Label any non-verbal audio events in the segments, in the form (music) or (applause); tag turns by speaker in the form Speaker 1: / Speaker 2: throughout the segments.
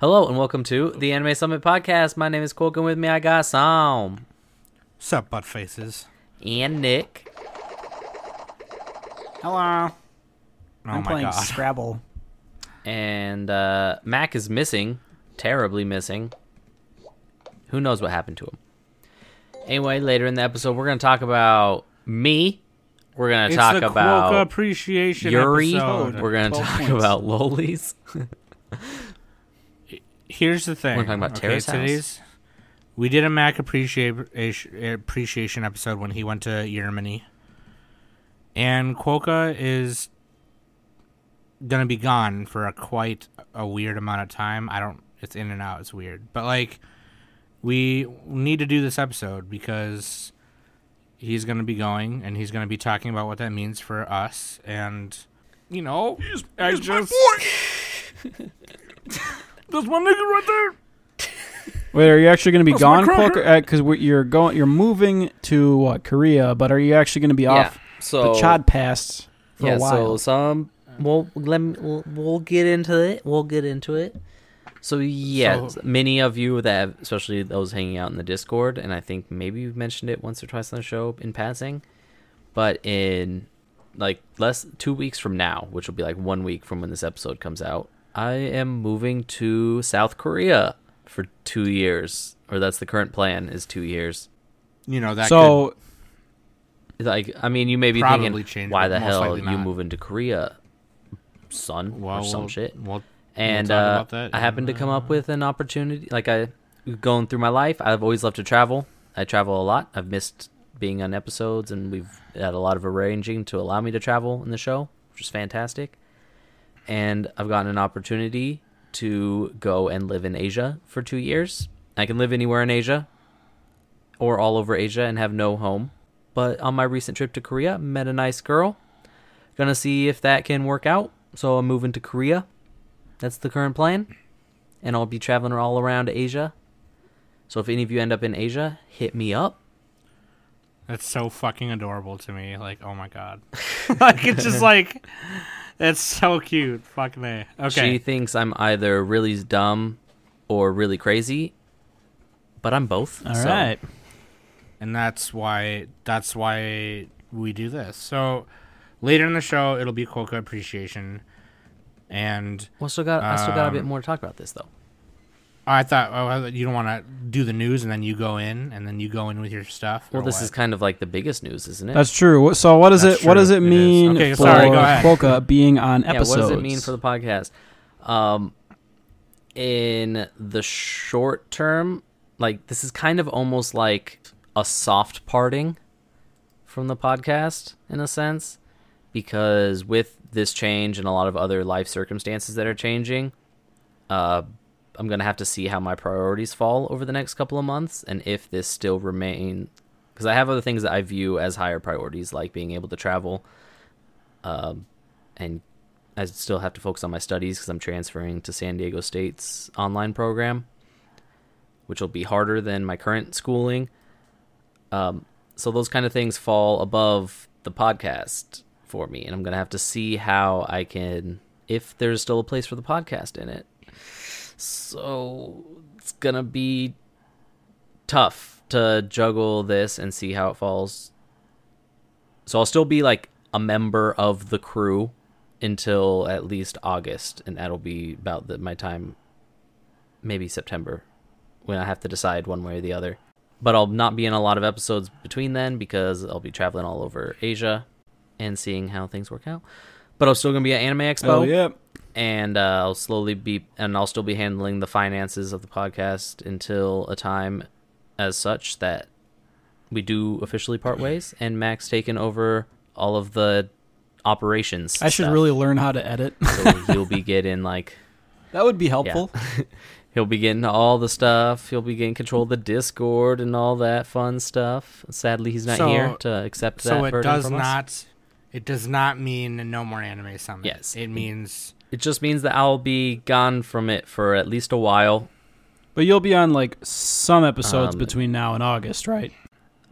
Speaker 1: Hello and welcome to the Anime Summit Podcast. My name is Quoken. With me, I got Sam
Speaker 2: Sup, butt faces.
Speaker 1: and Nick.
Speaker 3: Hello.
Speaker 2: Oh my
Speaker 3: I'm playing
Speaker 2: god.
Speaker 3: Scrabble.
Speaker 1: And uh, Mac is missing, terribly missing. Who knows what happened to him? Anyway, later in the episode, we're going to talk about me. We're going to
Speaker 2: it's
Speaker 1: talk
Speaker 2: the Quokka
Speaker 1: about
Speaker 2: appreciation
Speaker 1: Yuri.
Speaker 2: episode.
Speaker 1: We're going to
Speaker 3: 12
Speaker 1: talk
Speaker 3: points.
Speaker 1: about lolis.
Speaker 2: Here's the thing.
Speaker 1: We're talking about Terrace House.
Speaker 2: today's- We did a Mac appreciation appreciation episode when he went to Germany, and Quokka is gonna be gone for a quite a weird amount of time. I don't. It's in and out. It's weird, but like, we need to do this episode because he's gonna be going, and he's gonna be talking about what that means for us, and you know, I just. There's one nigga right there.
Speaker 3: Wait, are you actually going to be
Speaker 2: That's my
Speaker 3: gone,
Speaker 2: cracker.
Speaker 3: Because you're going, you're moving to what Korea, but are you actually going to be off
Speaker 1: So
Speaker 3: the Chad Pass for
Speaker 1: yeah,
Speaker 3: a
Speaker 1: so
Speaker 3: while?
Speaker 1: some we'll let me, we'll, we'll get into it. We'll get into it. So yeah,
Speaker 2: So-
Speaker 1: many of you that, have, especially those hanging out in the Discord, and I think maybe you've mentioned it once or twice on the show in passing, but in like less two weeks from now, which will be like one week from when this episode comes out, I am moving to South Korea for two years, or that's the current plan is two years.
Speaker 2: You know that.
Speaker 3: So,
Speaker 1: Like, I mean, you may be
Speaker 2: Probably
Speaker 1: thinking,
Speaker 2: change,
Speaker 1: why
Speaker 2: but
Speaker 1: the
Speaker 2: most
Speaker 1: hell
Speaker 2: likely
Speaker 1: you
Speaker 2: not.
Speaker 1: moving to Korea, son,
Speaker 2: could, well,
Speaker 1: or some
Speaker 2: we'll-
Speaker 1: shit.
Speaker 2: We'll,
Speaker 1: And
Speaker 2: talk
Speaker 1: uh,
Speaker 2: about that
Speaker 1: I
Speaker 2: in,
Speaker 1: happened to come up with an opportunity. Like I, going through my life, I've always loved to travel. I travel a lot. I've missed being on episodes, and we've had a lot of arranging to allow me to travel in the show, which is fantastic. And I've gotten an opportunity to go and live in Asia for two years. I can live anywhere in Asia or all over Asia and have no home. But on my recent trip to Korea, met a nice girl. Gonna see if that can work out. So I'm moving to Korea. That's the current plan. And I'll be traveling all around Asia. So if any of you end up in Asia, hit me up.
Speaker 2: That's so fucking adorable to me. Like, oh my
Speaker 1: (laughs)
Speaker 2: god. like it's just like that's so cute. Fuck me.
Speaker 1: She
Speaker 2: Okay.
Speaker 1: thinks I'm either really dumb or really crazy, but I'm both.
Speaker 3: all right,
Speaker 1: so-
Speaker 2: and that's why that's why we do this. So later in the show, it'll be Quokka appreciation, and
Speaker 1: Well, still got I still got a bit
Speaker 2: Um,
Speaker 1: more to talk about this though.
Speaker 2: I thought oh, I thought you don't want to do the news, and then you go in, and then you go in with your stuff.
Speaker 1: Well,
Speaker 2: or
Speaker 1: this
Speaker 2: what?
Speaker 1: is kind of like the biggest news, isn't it?
Speaker 3: that's true. What- So, what does
Speaker 2: That's
Speaker 3: it? What
Speaker 2: true.
Speaker 3: does
Speaker 2: It
Speaker 3: it
Speaker 2: is.
Speaker 3: mean
Speaker 2: Okay,
Speaker 3: for
Speaker 2: sorry, go ahead.
Speaker 3: Quokka being on
Speaker 1: yeah,
Speaker 3: episodes?
Speaker 1: what does it mean for the podcast? Um, in the short term, like this is kind of almost like a soft parting from the podcast in a sense, because with this change and a lot of other life circumstances that are changing, uh, I'm gonna have to see how my priorities fall over the next couple of months and if this still remain because I have other things that I view as higher priorities, like being able to travel, um, and I still have to focus on my studies because I'm transferring to San Diego State's online program, which will be harder than my current schooling. Um, so those kind of things fall above the podcast for me, and I'm gonna have to see how I can, if there's still a place for the podcast in it. So it's gonna be tough to juggle this and see how it falls. So I'll still be like a member of the crew until at least August, and that'll be about the, my time, maybe September, when I have to decide one way or the other. But I'll not be in a lot of episodes between then because I'll be traveling all over Asia and seeing how things work out. But I'm still gonna be at Anime Expo
Speaker 3: Oh, yeah.
Speaker 1: and uh, I'll slowly be and I'll still be handling the finances of the podcast until a time as such that we do officially part ways and Max taken over all of the operations.
Speaker 3: I should
Speaker 1: stuff.
Speaker 3: really learn how to edit. (laughs)
Speaker 1: so he'll be getting like
Speaker 3: that would be helpful.
Speaker 1: he'll be getting all the stuff. He'll be getting control of the Discord and all that fun stuff. Sadly, he's not
Speaker 2: So-
Speaker 1: here to accept that.
Speaker 2: so it
Speaker 1: burden
Speaker 2: does
Speaker 1: from us.
Speaker 2: not it does not mean no more anime summit
Speaker 1: Yes.
Speaker 2: it means
Speaker 1: It just means that I'll be gone from it for at least a while.
Speaker 3: But you'll be on like some episodes
Speaker 1: Um,
Speaker 3: between now and August, right?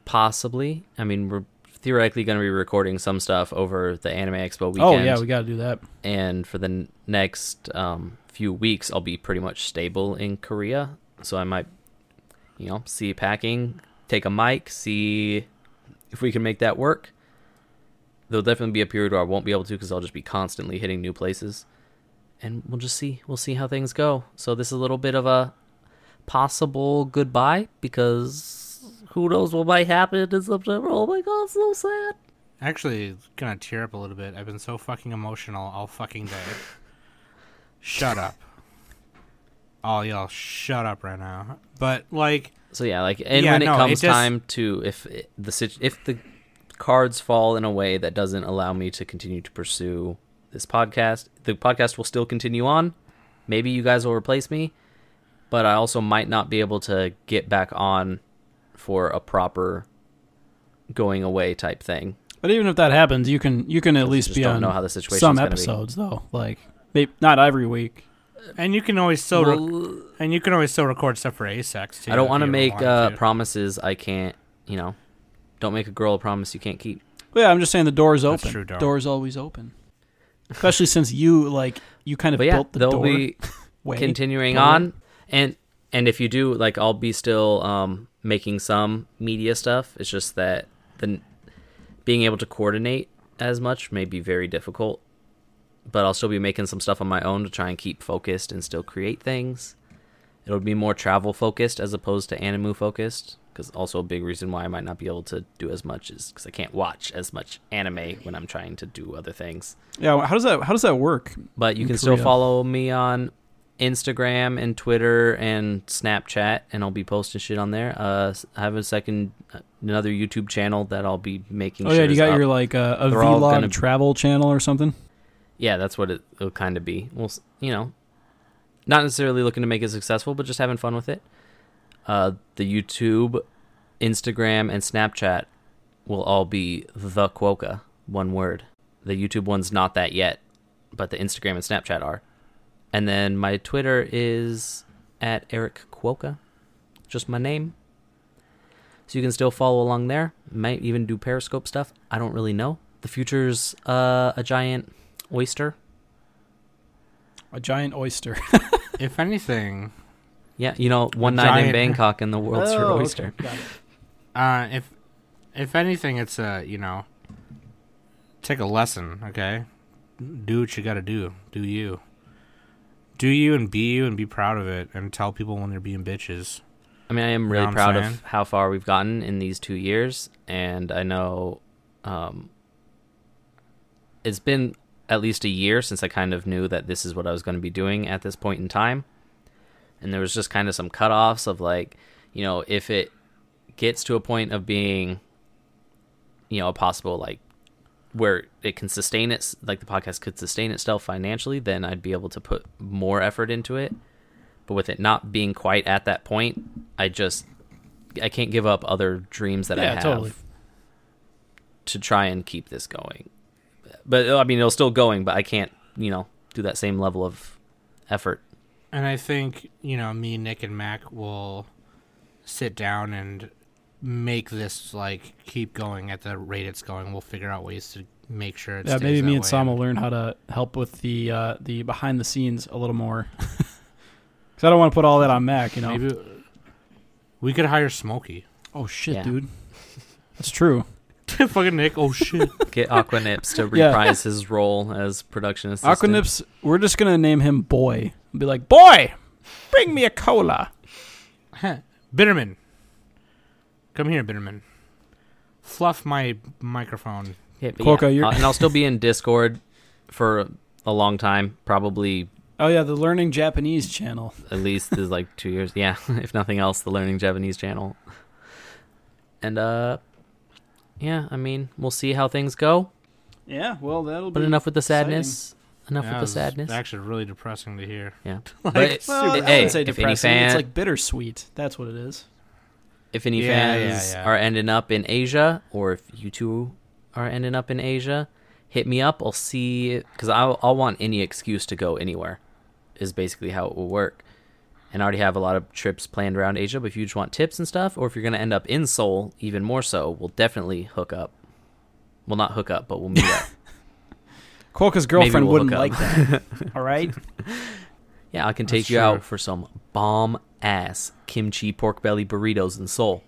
Speaker 1: possibly. I mean, we're theoretically going to be recording some stuff over the Anime Expo weekend.
Speaker 3: Oh yeah, we got to do that.
Speaker 1: and for the n- next um, few weeks, I'll be pretty much stable in Korea. So I might, you know, see packing, take a mic, see if we can make that work. There'll definitely be a period where I won't be able to because I'll just be constantly hitting new places. And we'll just see. We'll see how things go. So this is a little bit of a possible goodbye because who knows what might happen in September. Oh my god, so sad.
Speaker 2: Actually, gonna tear up a little bit. I've been so fucking emotional all fucking day. shut up. All y'all, shut up right now. But like,
Speaker 1: So yeah, like, and
Speaker 2: Yeah,
Speaker 1: when it
Speaker 2: no, it
Speaker 1: comes
Speaker 2: just-
Speaker 1: time to if it- the sit- if the cards fall in a way that doesn't allow me to continue to pursue this podcast, the podcast will still continue on. Maybe you guys will replace me, but I also might not be able to get back on for a proper going away type thing.
Speaker 3: But even if that happens, you can you can at least
Speaker 1: just
Speaker 3: be
Speaker 1: don't
Speaker 3: on
Speaker 1: know how the situation's
Speaker 3: some
Speaker 1: gonna be.
Speaker 3: episodes though. Like maybe not every week.
Speaker 2: and you can always still, rec-
Speaker 1: Well,
Speaker 2: and you can always still record stuff for Asex too.
Speaker 1: I don't
Speaker 2: if
Speaker 1: want to
Speaker 2: you ever
Speaker 1: make
Speaker 2: wanted
Speaker 1: uh,
Speaker 2: to.
Speaker 1: promises I can't, you know. Don't make a girl a promise you can't keep.
Speaker 3: But yeah, I'm just saying the door's
Speaker 2: That's
Speaker 3: open.
Speaker 2: true, Darryl.
Speaker 3: Door's always open. Especially since you like you kind
Speaker 1: (laughs)
Speaker 3: of
Speaker 1: But yeah,
Speaker 3: built the
Speaker 1: they'll
Speaker 3: door
Speaker 1: be
Speaker 3: way.
Speaker 1: continuing
Speaker 3: Door.
Speaker 1: on and and if you do like i'll be still um making some media stuff it's just that the being able to coordinate as much may be very difficult but i'll still be making some stuff on my own to try and keep focused and still create things it'll be more travel focused as opposed to anime focused because also a big reason why i might not be able to do as much is because i can't watch as much anime when i'm trying to do other things
Speaker 3: Yeah, how does that how does that work?
Speaker 1: but you
Speaker 3: in
Speaker 1: can still
Speaker 3: Korea.
Speaker 1: follow me on Instagram and Twitter and Snapchat, and I'll be posting shit on there. Uh, s- I have a second, uh, another YouTube channel that I'll be making.
Speaker 3: Oh yeah,
Speaker 1: sure
Speaker 3: you
Speaker 1: is
Speaker 3: got
Speaker 1: up.
Speaker 3: your like uh, a
Speaker 1: They're all
Speaker 3: vlog
Speaker 1: gonna-
Speaker 3: travel channel or something.
Speaker 1: yeah. That's what it, it'll kind of be. Well, s- you know, not necessarily looking to make it successful, but just having fun with it. Uh, the YouTube, Instagram, and Snapchat will all be the Quoka, one word. The YouTube one's not that yet, but the Instagram and Snapchat are. And then my Twitter is at Eric Quoka, just my name. So you can still follow along there. Might even do Periscope stuff. I don't really know. The future's uh, a giant oyster.
Speaker 3: A giant oyster.
Speaker 2: if anything,
Speaker 1: Yeah, you know, one night in
Speaker 2: giant- Oh,
Speaker 1: Bangkok and the (laughs) world's your
Speaker 3: Oh,
Speaker 1: oyster.
Speaker 2: Uh, if if anything, it's uh, you know, take a lesson. Okay, do what you got to do. Do you? Do you and be you and be proud of it and tell people when they're being bitches.
Speaker 1: I mean, I am
Speaker 2: know
Speaker 1: really
Speaker 2: what I'm
Speaker 1: proud
Speaker 2: saying?
Speaker 1: of how far we've gotten in these two years, and I know um, it's been at least a year since I kind of knew that this is what I was going to be doing at this point in time, and there was just kind of some cutoffs of like, you know, if it gets to a point of being, you know, a possible like where it can sustain it, like the podcast could sustain itself financially, then I'd be able to put more effort into it but with it not being quite at that point, I just I can't give up other dreams that I
Speaker 3: Yeah,
Speaker 1: have
Speaker 3: totally.
Speaker 1: to try and keep this going. But I mean, it'll still going, but I can't, you know, do that same level of effort.
Speaker 2: And I think you know me, Nick, and Mac will sit down and make this like keep going at the rate it's going. We'll figure out ways to make sure it's
Speaker 3: Yeah, maybe me and Sam will learn how to help with the uh, the behind the scenes a little more. (laughs) Because I don't want to put all that on Mac, you know.
Speaker 2: Maybe we could hire Smokey. (laughs)
Speaker 3: Oh shit,
Speaker 1: Yeah.
Speaker 3: dude. That's true.
Speaker 2: Fucking Nick. Oh shit. (laughs)
Speaker 3: (laughs)
Speaker 1: Get Aquanips to
Speaker 3: Yeah.
Speaker 1: reprise his role as production assistant.
Speaker 3: Aquanips, we're just gonna name him Boy. Be like, Boy, bring me a cola.
Speaker 2: Heh. Bitterman. Come here, Bitterman. Fluff my microphone.
Speaker 1: Yeah, but
Speaker 3: Quokka,
Speaker 1: yeah.
Speaker 3: you're-
Speaker 1: Uh, and I'll still be in Discord for a long time, probably
Speaker 3: Oh yeah, the learning Japanese channel.
Speaker 1: at least is like two years. Yeah, (laughs) if nothing else, the Learning Japanese channel. And uh, yeah, I mean, we'll see how things go.
Speaker 3: Yeah, well that'll
Speaker 1: But enough with the sadness. Enough
Speaker 2: That
Speaker 1: with
Speaker 2: was
Speaker 1: the sadness.
Speaker 2: Actually, really depressing to hear.
Speaker 1: Yeah. (laughs)
Speaker 2: Like,
Speaker 1: but it-
Speaker 3: Well,
Speaker 1: it-
Speaker 3: I
Speaker 1: hey,
Speaker 3: wouldn't say
Speaker 1: if any
Speaker 3: depressing.
Speaker 1: fan,
Speaker 3: it's like bittersweet. That's what it is.
Speaker 1: if any
Speaker 2: Yeah, yeah,
Speaker 1: fans
Speaker 2: yeah.
Speaker 1: are ending up in Asia, or if you two are ending up in Asia, hit me up. I'll see because I'll, I'll want any excuse to go anywhere. Is basically how it will work. And I already have a lot of trips planned around Asia. But if you just want tips and stuff, or if you're going to end up in Seoul, even more so, we'll definitely hook up. Well, not hook up, but we'll
Speaker 2: (laughs)
Speaker 1: meet up.
Speaker 3: Quokka's
Speaker 1: Maybe
Speaker 3: girlfriend
Speaker 1: we'll
Speaker 3: wouldn't
Speaker 1: hook (laughs)
Speaker 3: like
Speaker 1: up.
Speaker 3: that. All right.
Speaker 1: Yeah, I can take
Speaker 2: That's
Speaker 1: you
Speaker 2: true.
Speaker 1: out for some bomb ass kimchi pork belly burritos in Seoul.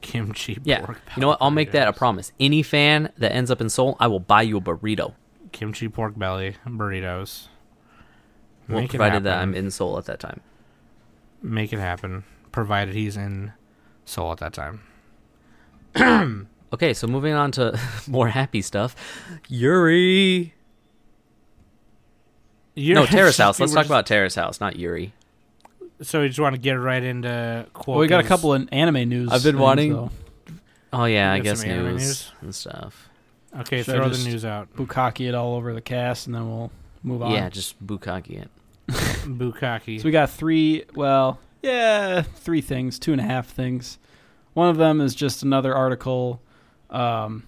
Speaker 2: Kimchi.
Speaker 1: Yeah.
Speaker 2: Pork
Speaker 1: you know what? I'll make that a
Speaker 2: burritos.
Speaker 1: promise. Any fan that ends up in Seoul, I will buy you a burrito.
Speaker 2: Kimchi pork belly burritos.
Speaker 1: Well,
Speaker 2: Make it
Speaker 1: provided that
Speaker 2: happen.
Speaker 1: I'm in Seoul at that time.
Speaker 2: Make it happen. Provided he's in Seoul at that time.
Speaker 1: Okay, so moving on to (laughs) more happy stuff. Yuri.
Speaker 2: You're- (laughs)
Speaker 1: no, Terrace House.
Speaker 2: you
Speaker 1: Let's
Speaker 2: were
Speaker 1: talk
Speaker 2: just-
Speaker 1: about Terrace House, not Yuri.
Speaker 2: So we just want to get right into.
Speaker 3: Well, we got a
Speaker 2: Quokka's-
Speaker 3: couple of anime news.
Speaker 1: I've been
Speaker 3: things,
Speaker 1: wanting-
Speaker 3: though.
Speaker 1: Oh yeah, I
Speaker 2: We got
Speaker 1: guess
Speaker 2: some anime
Speaker 1: news,
Speaker 2: news?
Speaker 1: and stuff.
Speaker 2: Okay,
Speaker 3: Should I
Speaker 2: throw
Speaker 3: just-
Speaker 2: the news out.
Speaker 3: Bukaki it all over the cast, and then we'll move on.
Speaker 1: Yeah, just bukkake it.
Speaker 2: Bukaki.
Speaker 3: So we got three, well, yeah, three things, two and a half things. One of them is just another article um,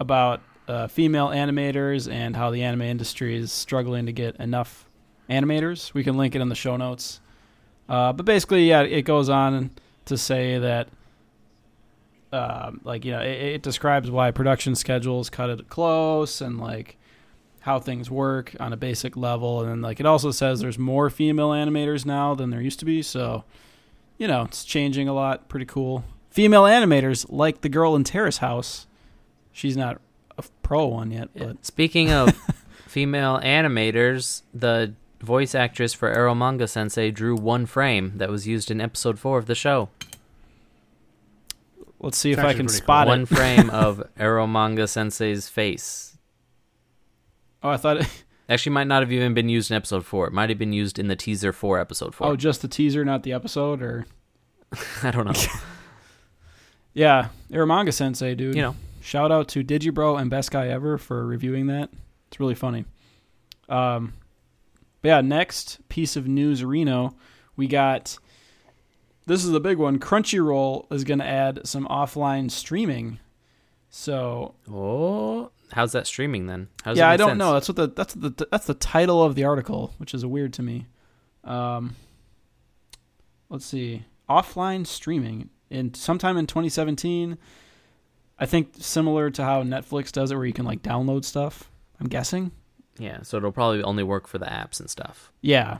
Speaker 3: about uh, female animators and how the anime industry is struggling to get enough animators. We can link it in the show notes. Uh, but basically, yeah, it goes on to say that, um, like, you know, it, it describes why production schedules cut it close and, like, how things work on a basic level and then like it also says there's more female animators now than there used to be so you know it's changing a lot pretty cool female animators like the girl in terrace house she's not a f- pro one yet but
Speaker 1: Speaking
Speaker 2: (laughs)
Speaker 1: of female animators, the voice actress for Arrow Manga Sensei drew one frame that was used in episode four of the show.
Speaker 3: let's see
Speaker 2: It's
Speaker 3: if i
Speaker 2: actually
Speaker 3: can
Speaker 2: pretty cool.
Speaker 3: spot
Speaker 1: one
Speaker 2: (laughs)
Speaker 3: it
Speaker 1: frame of Arrow Manga Sensei's face.
Speaker 3: oh
Speaker 2: (laughs)
Speaker 3: i thought it,
Speaker 1: Actually, might not have even been used in episode four. It might have been used in the teaser for episode four.
Speaker 3: oh just the teaser not the episode or
Speaker 1: (laughs) I don't know.
Speaker 3: (laughs) yeah Iramanga sensei dude
Speaker 1: you know,
Speaker 3: Shout out to Digibro and Best Guy Ever for reviewing that. It's really funny. Um, but yeah, next piece of news, Reno. We got this is the big one. Crunchyroll is going to add some offline streaming. So
Speaker 1: oh, how's that streaming then? How does
Speaker 3: yeah,
Speaker 1: it
Speaker 3: I
Speaker 1: make
Speaker 3: don't
Speaker 1: sense?
Speaker 3: know. That's what the that's what the that's the title of the article, which is weird to me. Um, let's see, offline streaming in sometime in 2017. I think similar to how Netflix does it, where you can like download stuff. I'm guessing.
Speaker 1: Yeah, so it'll probably only work for the apps and stuff.
Speaker 3: Yeah,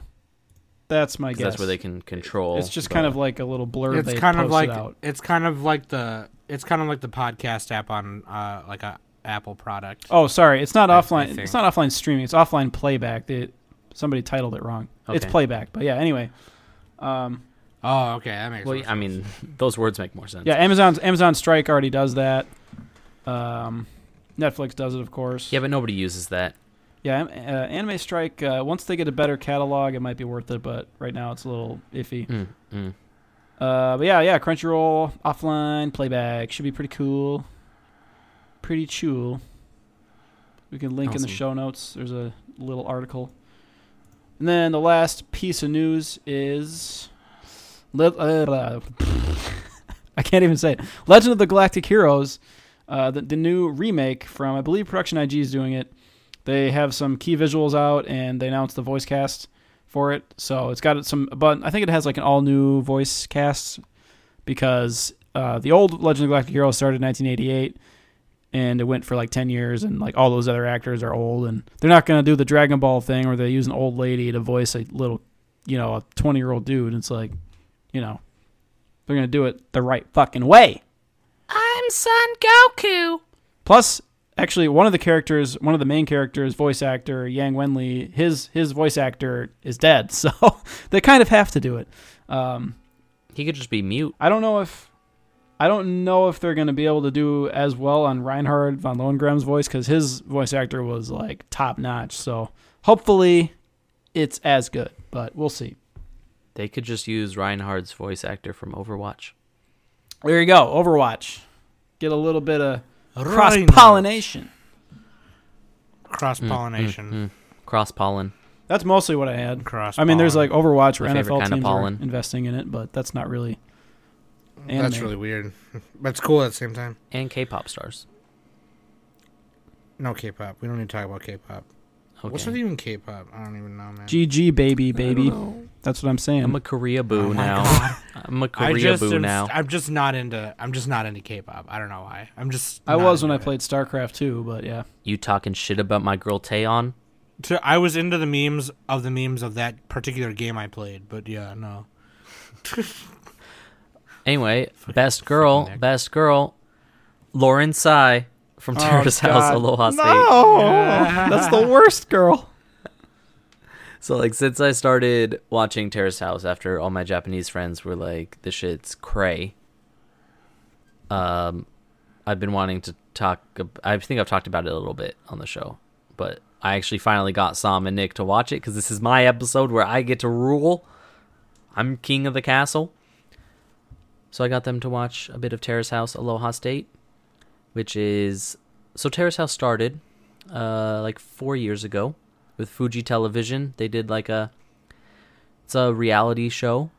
Speaker 3: that's my
Speaker 1: 'cause
Speaker 3: guess.
Speaker 1: That's where they can control.
Speaker 3: it's just
Speaker 1: the-
Speaker 3: kind of like a little blurb.
Speaker 2: it's
Speaker 3: they
Speaker 2: kind of like
Speaker 3: posted out.
Speaker 2: it's kind of like the it's kind of like the podcast app on uh like a Apple product.
Speaker 3: Oh, sorry, it's not
Speaker 2: I- I
Speaker 3: offline.
Speaker 2: think.
Speaker 3: it's not offline streaming. It's offline playback. They, somebody titled it wrong. It's
Speaker 1: Okay.
Speaker 3: playback, but yeah. Anyway, um,
Speaker 2: Oh, okay, that makes
Speaker 1: Well,
Speaker 2: more
Speaker 1: I mean, (laughs) those words make more sense.
Speaker 3: Yeah, Amazon's Amazon Strike already does that. Um, Netflix does it, of course.
Speaker 1: Yeah, but nobody uses that.
Speaker 3: Yeah, Am- uh, Anime Strike. Uh, once they get a better catalog, it might be worth it. But right now, it's a little iffy.
Speaker 1: Mm, mm.
Speaker 3: Uh, but yeah, yeah, Crunchyroll offline playback should be pretty cool. Pretty cool. We can link in
Speaker 1: Awesome.
Speaker 3: the show notes. There's a little article. And then the last piece of news is. Le- uh, (laughs) I can't even say it. Legend of the Galactic Heroes, uh, the, the new remake from, I believe Production IG is doing it. They have some key visuals out and they announced the voice cast for it. So it's got some, but I think it has like an all new voice cast because uh, the old Legend of the Galactic Heroes started in 1988 and it went for like 10 years and like all those other actors are old and they're not going to do the Dragon Ball thing where they use an old lady to voice a little, you know, a 20 year old dude. It's like, you know, they're going to do it the right fucking way.
Speaker 1: I'm Son Goku.
Speaker 3: Plus, actually, one of the characters, one of the main characters, voice actor Yang Wenli, his his voice actor is dead, (laughs) so they kind of have to do it. Um,
Speaker 1: He could just be mute.
Speaker 3: I don't know if I don't know if they're going to be able to do as well on Reinhard von Lohengrin's voice because his voice actor was like top notch. So hopefully, it's as good, but we'll see.
Speaker 1: They could just use Reinhardt's voice actor from Overwatch.
Speaker 3: There you go, Overwatch. Get a little bit of
Speaker 2: sense.
Speaker 3: cross pollination.
Speaker 2: Cross
Speaker 1: Mm,
Speaker 2: pollination.
Speaker 1: Cross pollen.
Speaker 3: That's mostly what I
Speaker 1: mm.
Speaker 3: had.
Speaker 2: Cross.
Speaker 3: I mean, there's like Overwatch where
Speaker 1: My favorite
Speaker 3: NFL
Speaker 1: kind of
Speaker 3: teams are
Speaker 1: pollen.
Speaker 3: investing in it, but that's not really. Anime.
Speaker 2: that's really weird, (laughs) but it's cool at the same time.
Speaker 1: And K pop stars.
Speaker 2: No K-pop. We don't need to talk about K-pop.
Speaker 1: Okay.
Speaker 2: What's with even K-pop? I don't even know, man.
Speaker 3: GG baby
Speaker 2: I don't
Speaker 3: baby.
Speaker 2: know.
Speaker 3: That's what I'm saying.
Speaker 1: I'm a Korea boo
Speaker 2: Oh my
Speaker 1: now.
Speaker 2: God.
Speaker 1: I'm a
Speaker 2: I
Speaker 1: Korea
Speaker 2: just
Speaker 1: boo
Speaker 2: am-
Speaker 1: now.
Speaker 2: I'm just not into. I'm just not into K-pop. I don't know why. I'm just.
Speaker 3: I
Speaker 2: not
Speaker 3: was when I
Speaker 1: (laughs)
Speaker 2: into it.
Speaker 3: played StarCraft 2, but yeah.
Speaker 1: You talking shit about my girl Taeon?
Speaker 2: to, I was into the memes of the memes of that particular game I played, but yeah, no.
Speaker 1: Anyway, best girl,
Speaker 2: fucking Nick.
Speaker 1: best girl, Lauren Tsai from
Speaker 3: Oh,
Speaker 1: Terrace House,
Speaker 3: God.
Speaker 1: Aloha State.
Speaker 3: No,
Speaker 1: (laughs)
Speaker 3: that's the worst girl.
Speaker 1: So like since I started watching Terrace House after all my Japanese friends were like, this shit's cray. Um, I've been wanting to talk. ab- I think I've talked about it a little bit on the show, but I actually finally got Sam and Nick to watch it because this is my episode where I get to rule. I'm king of the castle. So I got them to watch a bit of Terrace House Aloha State, which is so Terrace House started uh, like four years ago with Fuji Television. They did like a it's a reality show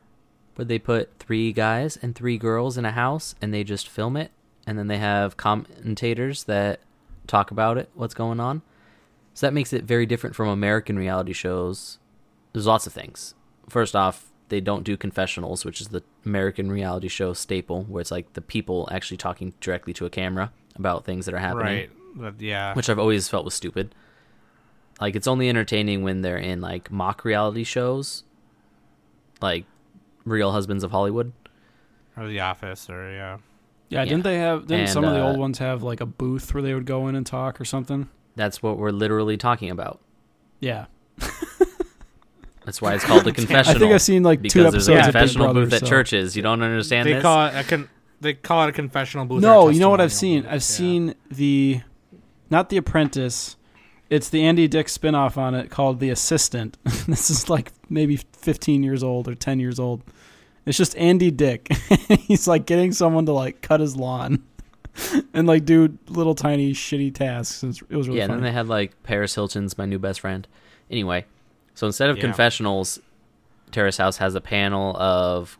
Speaker 1: where they put three guys and three girls in a house and they just film it and then they have commentators that talk about it, what's going on. So that makes it very different from American reality shows. There's lots of things. First off, they don't do confessionals, which is the American reality show staple, where it's like the people actually talking directly to a camera about things that are happening
Speaker 2: Right. But yeah.
Speaker 1: which I've always felt was stupid. Like it's only entertaining when they're in like mock reality shows, like Real Husbands of Hollywood.
Speaker 2: or The Office or yeah.
Speaker 3: Yeah,
Speaker 1: Yeah.
Speaker 3: didn't they have? Didn't
Speaker 1: And,
Speaker 3: some of the
Speaker 1: uh,
Speaker 3: old ones have like a booth where they would go in and talk or something?
Speaker 1: That's what we're literally talking about.
Speaker 3: Yeah,
Speaker 1: That's why it's called
Speaker 2: (laughs)
Speaker 1: a confessional.
Speaker 3: I think I've seen like two
Speaker 1: because
Speaker 3: episodes
Speaker 1: there's a
Speaker 3: of Big
Speaker 1: confessional
Speaker 3: Brother.
Speaker 1: booth at
Speaker 3: so-
Speaker 1: churches. You don't understand
Speaker 2: they
Speaker 1: this.
Speaker 2: call it a con- they call it a confessional booth. or a
Speaker 3: No, you know what I've
Speaker 2: testimonial
Speaker 3: seen?
Speaker 2: booth, yeah.
Speaker 3: I've seen the, not the Apprentice, it's the Andy Dick spinoff on it called The Assistant. (laughs) this is like maybe 15 years old or 10 years old. It's just Andy Dick. (laughs) He's like getting someone to like cut his lawn, (laughs) and like do little tiny shitty tasks. It's- It was really
Speaker 1: yeah, and
Speaker 3: funny.
Speaker 1: then they had like Paris Hilton's my new best friend. Anyway, so instead of
Speaker 2: Yeah.
Speaker 1: confessionals, Terrace House has a panel of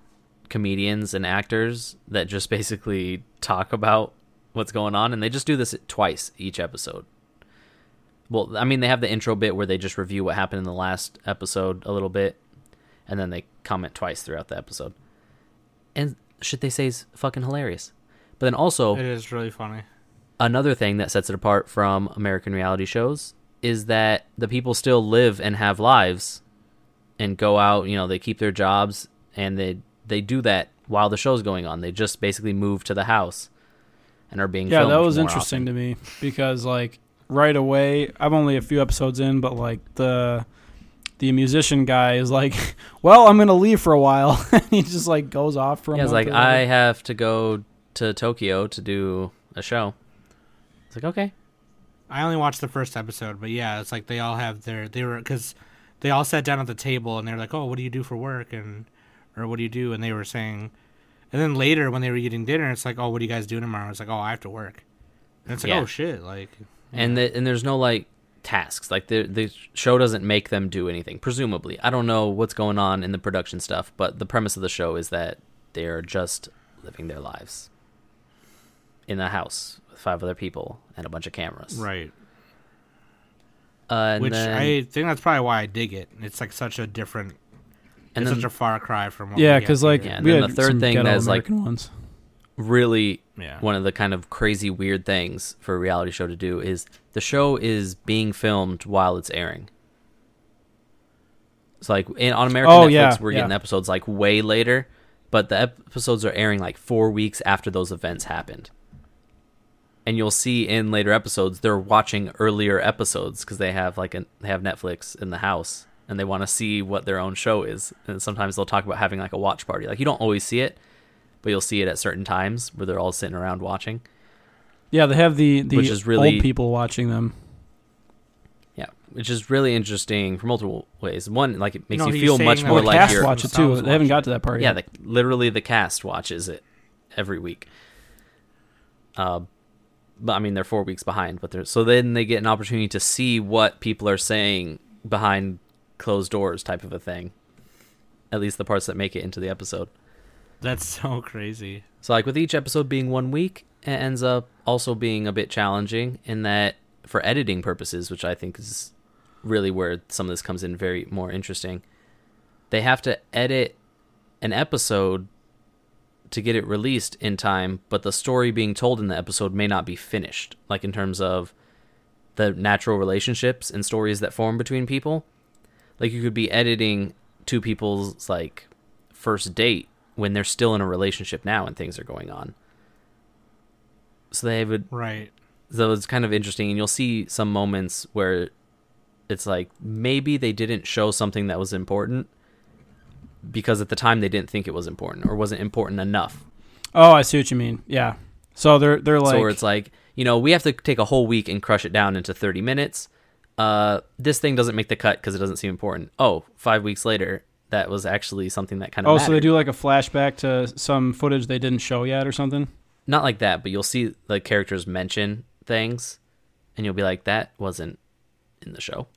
Speaker 1: comedians and actors that just basically talk about what's going on, and they just do this twice each episode. Well, I mean, they have the intro bit where they just review what happened in the last episode a little bit, and then they comment twice throughout the episode. And shit they say is fucking hilarious. But then also,
Speaker 2: It is really funny.
Speaker 1: another thing that sets it apart from American reality shows is that the people still live and have lives and go out, you know, they keep their jobs and they they do that while the show's going on. They just basically move to the house and are being
Speaker 3: Yeah,
Speaker 1: filmed
Speaker 3: that was
Speaker 1: more
Speaker 3: interesting
Speaker 1: often.
Speaker 3: to me because like right away, I'm only a few episodes in, but like the the musician guy is like, (laughs) "Well, I'm gonna leave for a while." (laughs) he just like goes off for a
Speaker 1: Yeah, it's
Speaker 3: month
Speaker 1: like
Speaker 3: or whatever.
Speaker 1: I have to go to Tokyo to do a show. It's like okay.
Speaker 2: I only watched the first episode, but yeah, it's like they all have their they were because they all sat down at the table and they're like, "Oh, what do you do for work?" and or "What do you do?" and they were saying, and then later when they were eating dinner, it's like, "Oh, what are you guys doing tomorrow?" It's like, "Oh, I have to work," and it's like,
Speaker 1: Yeah.
Speaker 2: "Oh shit!" Like,
Speaker 1: and the, and there's no like tasks like the the show doesn't make them do anything presumably i don't know what's going on in the production stuff but the premise of the show is that they're just living their lives in a house with five other people and a bunch of cameras
Speaker 2: right.
Speaker 1: uh, and
Speaker 2: Which
Speaker 1: then,
Speaker 2: I think that's probably why I dig it. It's like such a different,
Speaker 1: and
Speaker 2: it's
Speaker 1: then
Speaker 2: such a far cry from what
Speaker 3: yeah,
Speaker 2: we got
Speaker 3: because like
Speaker 2: here.
Speaker 1: Yeah, and
Speaker 3: we
Speaker 1: then
Speaker 3: had
Speaker 1: the third
Speaker 3: some
Speaker 1: thing
Speaker 3: ghetto
Speaker 1: that is, like-
Speaker 3: American ones.
Speaker 1: really
Speaker 2: Yeah.
Speaker 1: one of the kind of crazy weird things for a reality show to do is the show is being filmed while it's airing. It's like in, on American
Speaker 3: Oh,
Speaker 1: Netflix,
Speaker 3: yeah,
Speaker 1: we're
Speaker 3: yeah.
Speaker 1: getting episodes like way later, but the ep- episodes are airing like four weeks after those events happened. And you'll see in later episodes they're watching earlier episodes because they have like an, they have Netflix in the house and they want to see what their own show is. And sometimes they'll talk about having like a watch party. Like you don't always see it, but you'll see it at certain times where they're all sitting around watching.
Speaker 3: Yeah, they have the the
Speaker 1: Which is really-
Speaker 3: old people watching them.
Speaker 1: Yeah, which is really interesting for multiple ways. One, like it makes
Speaker 2: No,
Speaker 1: you
Speaker 2: he's
Speaker 1: feel much
Speaker 2: saying,
Speaker 1: more
Speaker 3: Well,
Speaker 2: like,
Speaker 3: the
Speaker 1: like
Speaker 3: cast
Speaker 1: you're.
Speaker 3: watch it
Speaker 2: Themselves
Speaker 3: too. They haven't
Speaker 2: watch
Speaker 3: got to that part
Speaker 1: Yeah,
Speaker 3: yet.
Speaker 1: the, literally the cast watches it every week. Uh, but I mean they're four weeks behind, but they're so then they get an opportunity to see what people are saying behind closed doors, type of a thing. At least the parts that make it into the episode.
Speaker 2: That's so crazy.
Speaker 1: So like with each episode being one week, it ends up also being a bit challenging in that for editing purposes, which I think is really where some of this comes in very more interesting. They have to edit an episode to get it released in time, but the story being told in the episode may not be finished. Like in terms of the natural relationships and stories that form between people. Like you could be editing two people's like first date when they're still in a relationship now and things are going on. So they would
Speaker 2: (laughs) Right.
Speaker 1: so it's kind of interesting and you'll see some moments where it's like maybe they didn't show something that was important because at the time they didn't think it was important or wasn't important enough
Speaker 3: Oh, I see what you mean. Yeah. So they're they're like,
Speaker 1: so where it's like you know we have to take a whole week and crush it down into 30 minutes uh this thing doesn't make the cut because it doesn't seem important oh five weeks later that was actually something that kind of
Speaker 3: oh, so they do like a flashback to some footage they didn't show yet or something.
Speaker 1: not like that but you'll see the characters mention things and you'll be like that wasn't in the show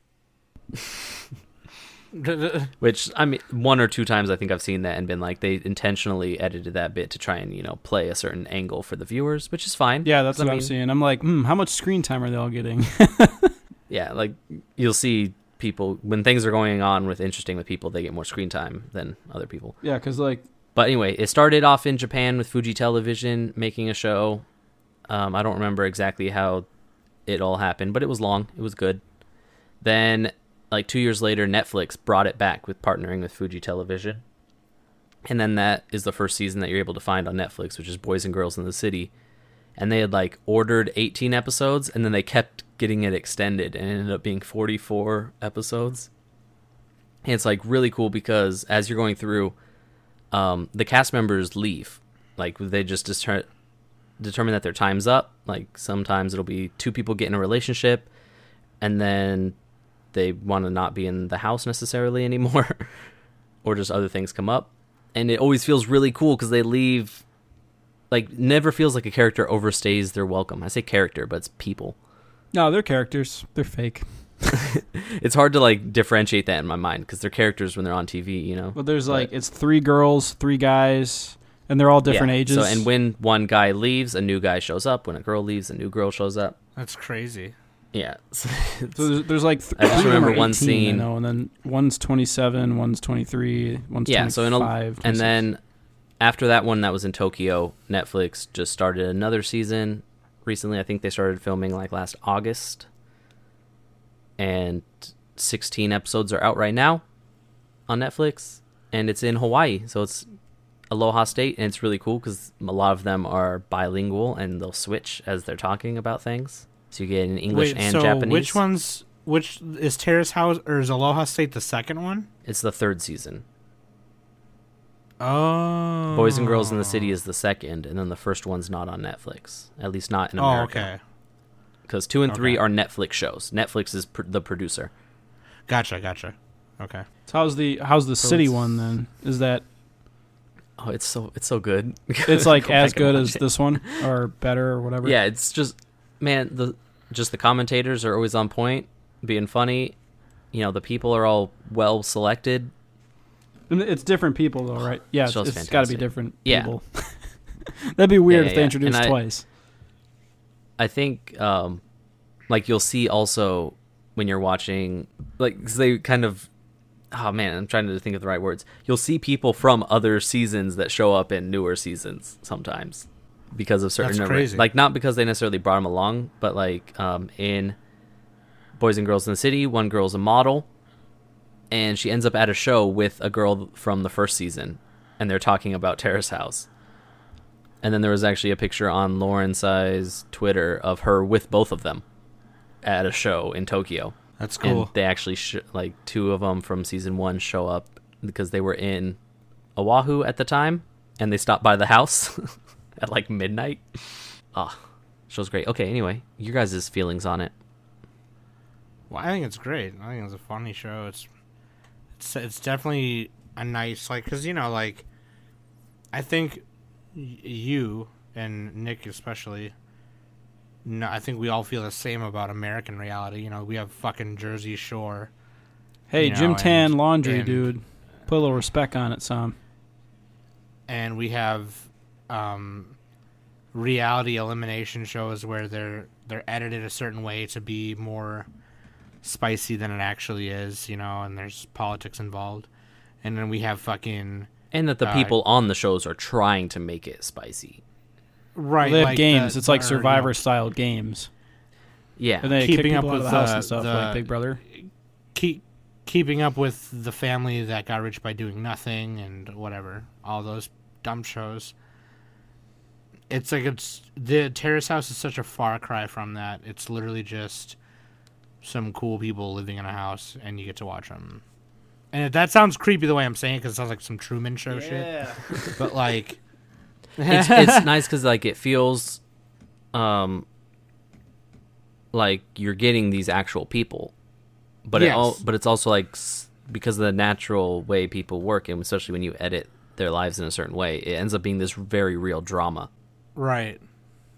Speaker 1: Which I mean, one or two times I think I've seen that and been like, they intentionally edited that bit to try and you know play a certain angle for the viewers, which is fine.
Speaker 3: Yeah, that's
Speaker 1: I
Speaker 3: what I'm
Speaker 1: mean,
Speaker 3: seeing. I'm like, hmm, how much screen time are they all getting?
Speaker 1: Yeah, like you'll see people when things are going on with interesting with people, they get more screen time than other people.
Speaker 3: yeah, because like,
Speaker 1: But anyway, it started off in Japan with Fuji Television making a show. Um, I don't remember exactly how it all happened, but it was long. It was good. Then, like two years later, Netflix brought it back with partnering with Fuji Television. And then that is the first season that you're able to find on Netflix, which is Boys and Girls in the City. And they had like ordered 18 episodes, and then they kept getting it extended, and it ended up being 44 episodes. And it's like really cool because as you're going through, um, the cast members leave. Like they just deter- determine that their time's up. Like sometimes it'll be two people get in a relationship, and then they want to not be in the house necessarily (laughs) anymore, or just other things come up. And it always feels really cool because they leave. Like never feels like a character overstays their welcome. I say character, but it's people.
Speaker 3: no, they're characters. They're fake.
Speaker 1: It's hard to like differentiate that in my mind because they're characters when they're on TV, you know.
Speaker 3: But there's
Speaker 1: But-
Speaker 3: like, it's three girls, three guys, and they're all different
Speaker 1: Yeah.
Speaker 3: ages.
Speaker 1: So and when one guy leaves, a new guy shows up. When a girl leaves, a new girl shows up.
Speaker 2: That's crazy.
Speaker 1: Yeah. (laughs) So it's-
Speaker 3: So there's, there's like th-
Speaker 1: I just
Speaker 3: three of them
Speaker 1: remember
Speaker 3: are
Speaker 1: one
Speaker 3: 18, I
Speaker 1: scene-
Speaker 3: know, and then one's 27, one's 23, one's
Speaker 1: yeah. So in a,
Speaker 3: 25,
Speaker 1: and
Speaker 3: 26.
Speaker 1: then after that one that was in Tokyo, Netflix just started another season recently. I think they started filming like last August, and 16 episodes are out right now on Netflix, and it's in Hawaii. So it's Aloha State, and it's really cool because a lot of them are bilingual, and they'll switch as they're talking about things. So you get an English
Speaker 2: Wait,
Speaker 1: and
Speaker 2: so
Speaker 1: Japanese.
Speaker 2: which one's which is Terrace House or is Aloha State the second one?
Speaker 1: It's the third season.
Speaker 2: Oh,
Speaker 1: Boys and Girls in the City is the second, and then the first one's not on Netflix. At least not in
Speaker 2: Oh,
Speaker 1: America.
Speaker 2: okay,
Speaker 1: Because two and three
Speaker 2: Okay.
Speaker 1: are Netflix shows. Netflix is pr- the producer.
Speaker 2: gotcha, gotcha. Okay,
Speaker 3: So how's the how's the city
Speaker 1: it's-
Speaker 3: one then?
Speaker 1: (laughs)
Speaker 3: Is that
Speaker 1: Oh, it's so it's so good. (laughs)
Speaker 3: it's like
Speaker 1: Go
Speaker 3: as
Speaker 1: back and
Speaker 3: good
Speaker 1: watch
Speaker 3: as
Speaker 1: it.
Speaker 3: this one or better or whatever?
Speaker 1: Yeah, it's just man, the just the commentators are always on point, being funny. You know, the people are all well selected.
Speaker 3: And It's different people though, right? Yeah,
Speaker 1: Show's
Speaker 3: it's got to be
Speaker 1: fantastic.
Speaker 3: different
Speaker 1: Yeah.
Speaker 3: people. (laughs) That'd be weird
Speaker 1: Yeah,
Speaker 3: if
Speaker 1: yeah,
Speaker 3: they
Speaker 1: yeah.
Speaker 3: introduced
Speaker 1: And I-
Speaker 3: twice.
Speaker 1: I think um like you'll see also when you're watching like 'cause they kind of oh man, I'm trying to think of the right words. You'll see people from other seasons that show up in newer seasons sometimes because of certain
Speaker 2: That's
Speaker 1: number-
Speaker 2: crazy.
Speaker 1: like not because they necessarily brought them along, but like um in Boys and Girls in the City, one girl's a model and she ends up at a show with a girl from the first season and they're talking about Terrace House. And then there was actually a picture on Lauren Sai's Twitter of her with both of them at a show in Tokyo.
Speaker 2: that's
Speaker 1: And
Speaker 2: cool.
Speaker 1: they actually sh- like two of them from season 1 show up because they were in Oahu at the time and they stopped by the house (laughs) at like midnight. Ah, show's great. Okay, anyway, your guys' feelings on it.
Speaker 2: well, I think it's great. I think it's a funny show. It's it's, it's definitely a nice like because you know like I think y- you and Nick especially. No, I think we all feel the same about American reality. You know, we have fucking Jersey Shore.
Speaker 3: Hey,
Speaker 2: you know,
Speaker 3: Jim Tan
Speaker 2: and-
Speaker 3: laundry
Speaker 2: and-
Speaker 3: dude, put a little respect on it, Sam.
Speaker 2: and we have um, reality elimination shows where they're they're edited a certain way to be more spicy than it actually is, you know, and there's politics involved. And then we have fucking
Speaker 1: And that the
Speaker 2: Uh,
Speaker 1: people on the shows are trying to make it spicy.
Speaker 2: right
Speaker 3: they have
Speaker 2: like
Speaker 3: games.
Speaker 2: the-
Speaker 3: it's like
Speaker 2: or, you know,
Speaker 3: Survivor style games.
Speaker 1: Yeah.
Speaker 3: And they
Speaker 2: Keeping
Speaker 3: kick
Speaker 2: up
Speaker 3: people out of
Speaker 2: with,
Speaker 3: the house
Speaker 2: uh,
Speaker 3: and stuff,
Speaker 2: the-
Speaker 3: like Big Brother.
Speaker 2: keep keeping up with the family that got rich by doing nothing and whatever all those dumb shows it's like it's the terrace house is such a far cry from that it's literally just some cool people living in a house and you get to watch them and that sounds creepy the way i'm saying it because it sounds like some truman show shit
Speaker 1: (laughs)
Speaker 2: but like
Speaker 1: it's, it's nice because like it feels um like you're getting these actual people but it all
Speaker 2: Yes.
Speaker 1: but it's also like s- because of the natural way people work and especially when you edit their lives in a certain way it ends up being this very real drama
Speaker 2: right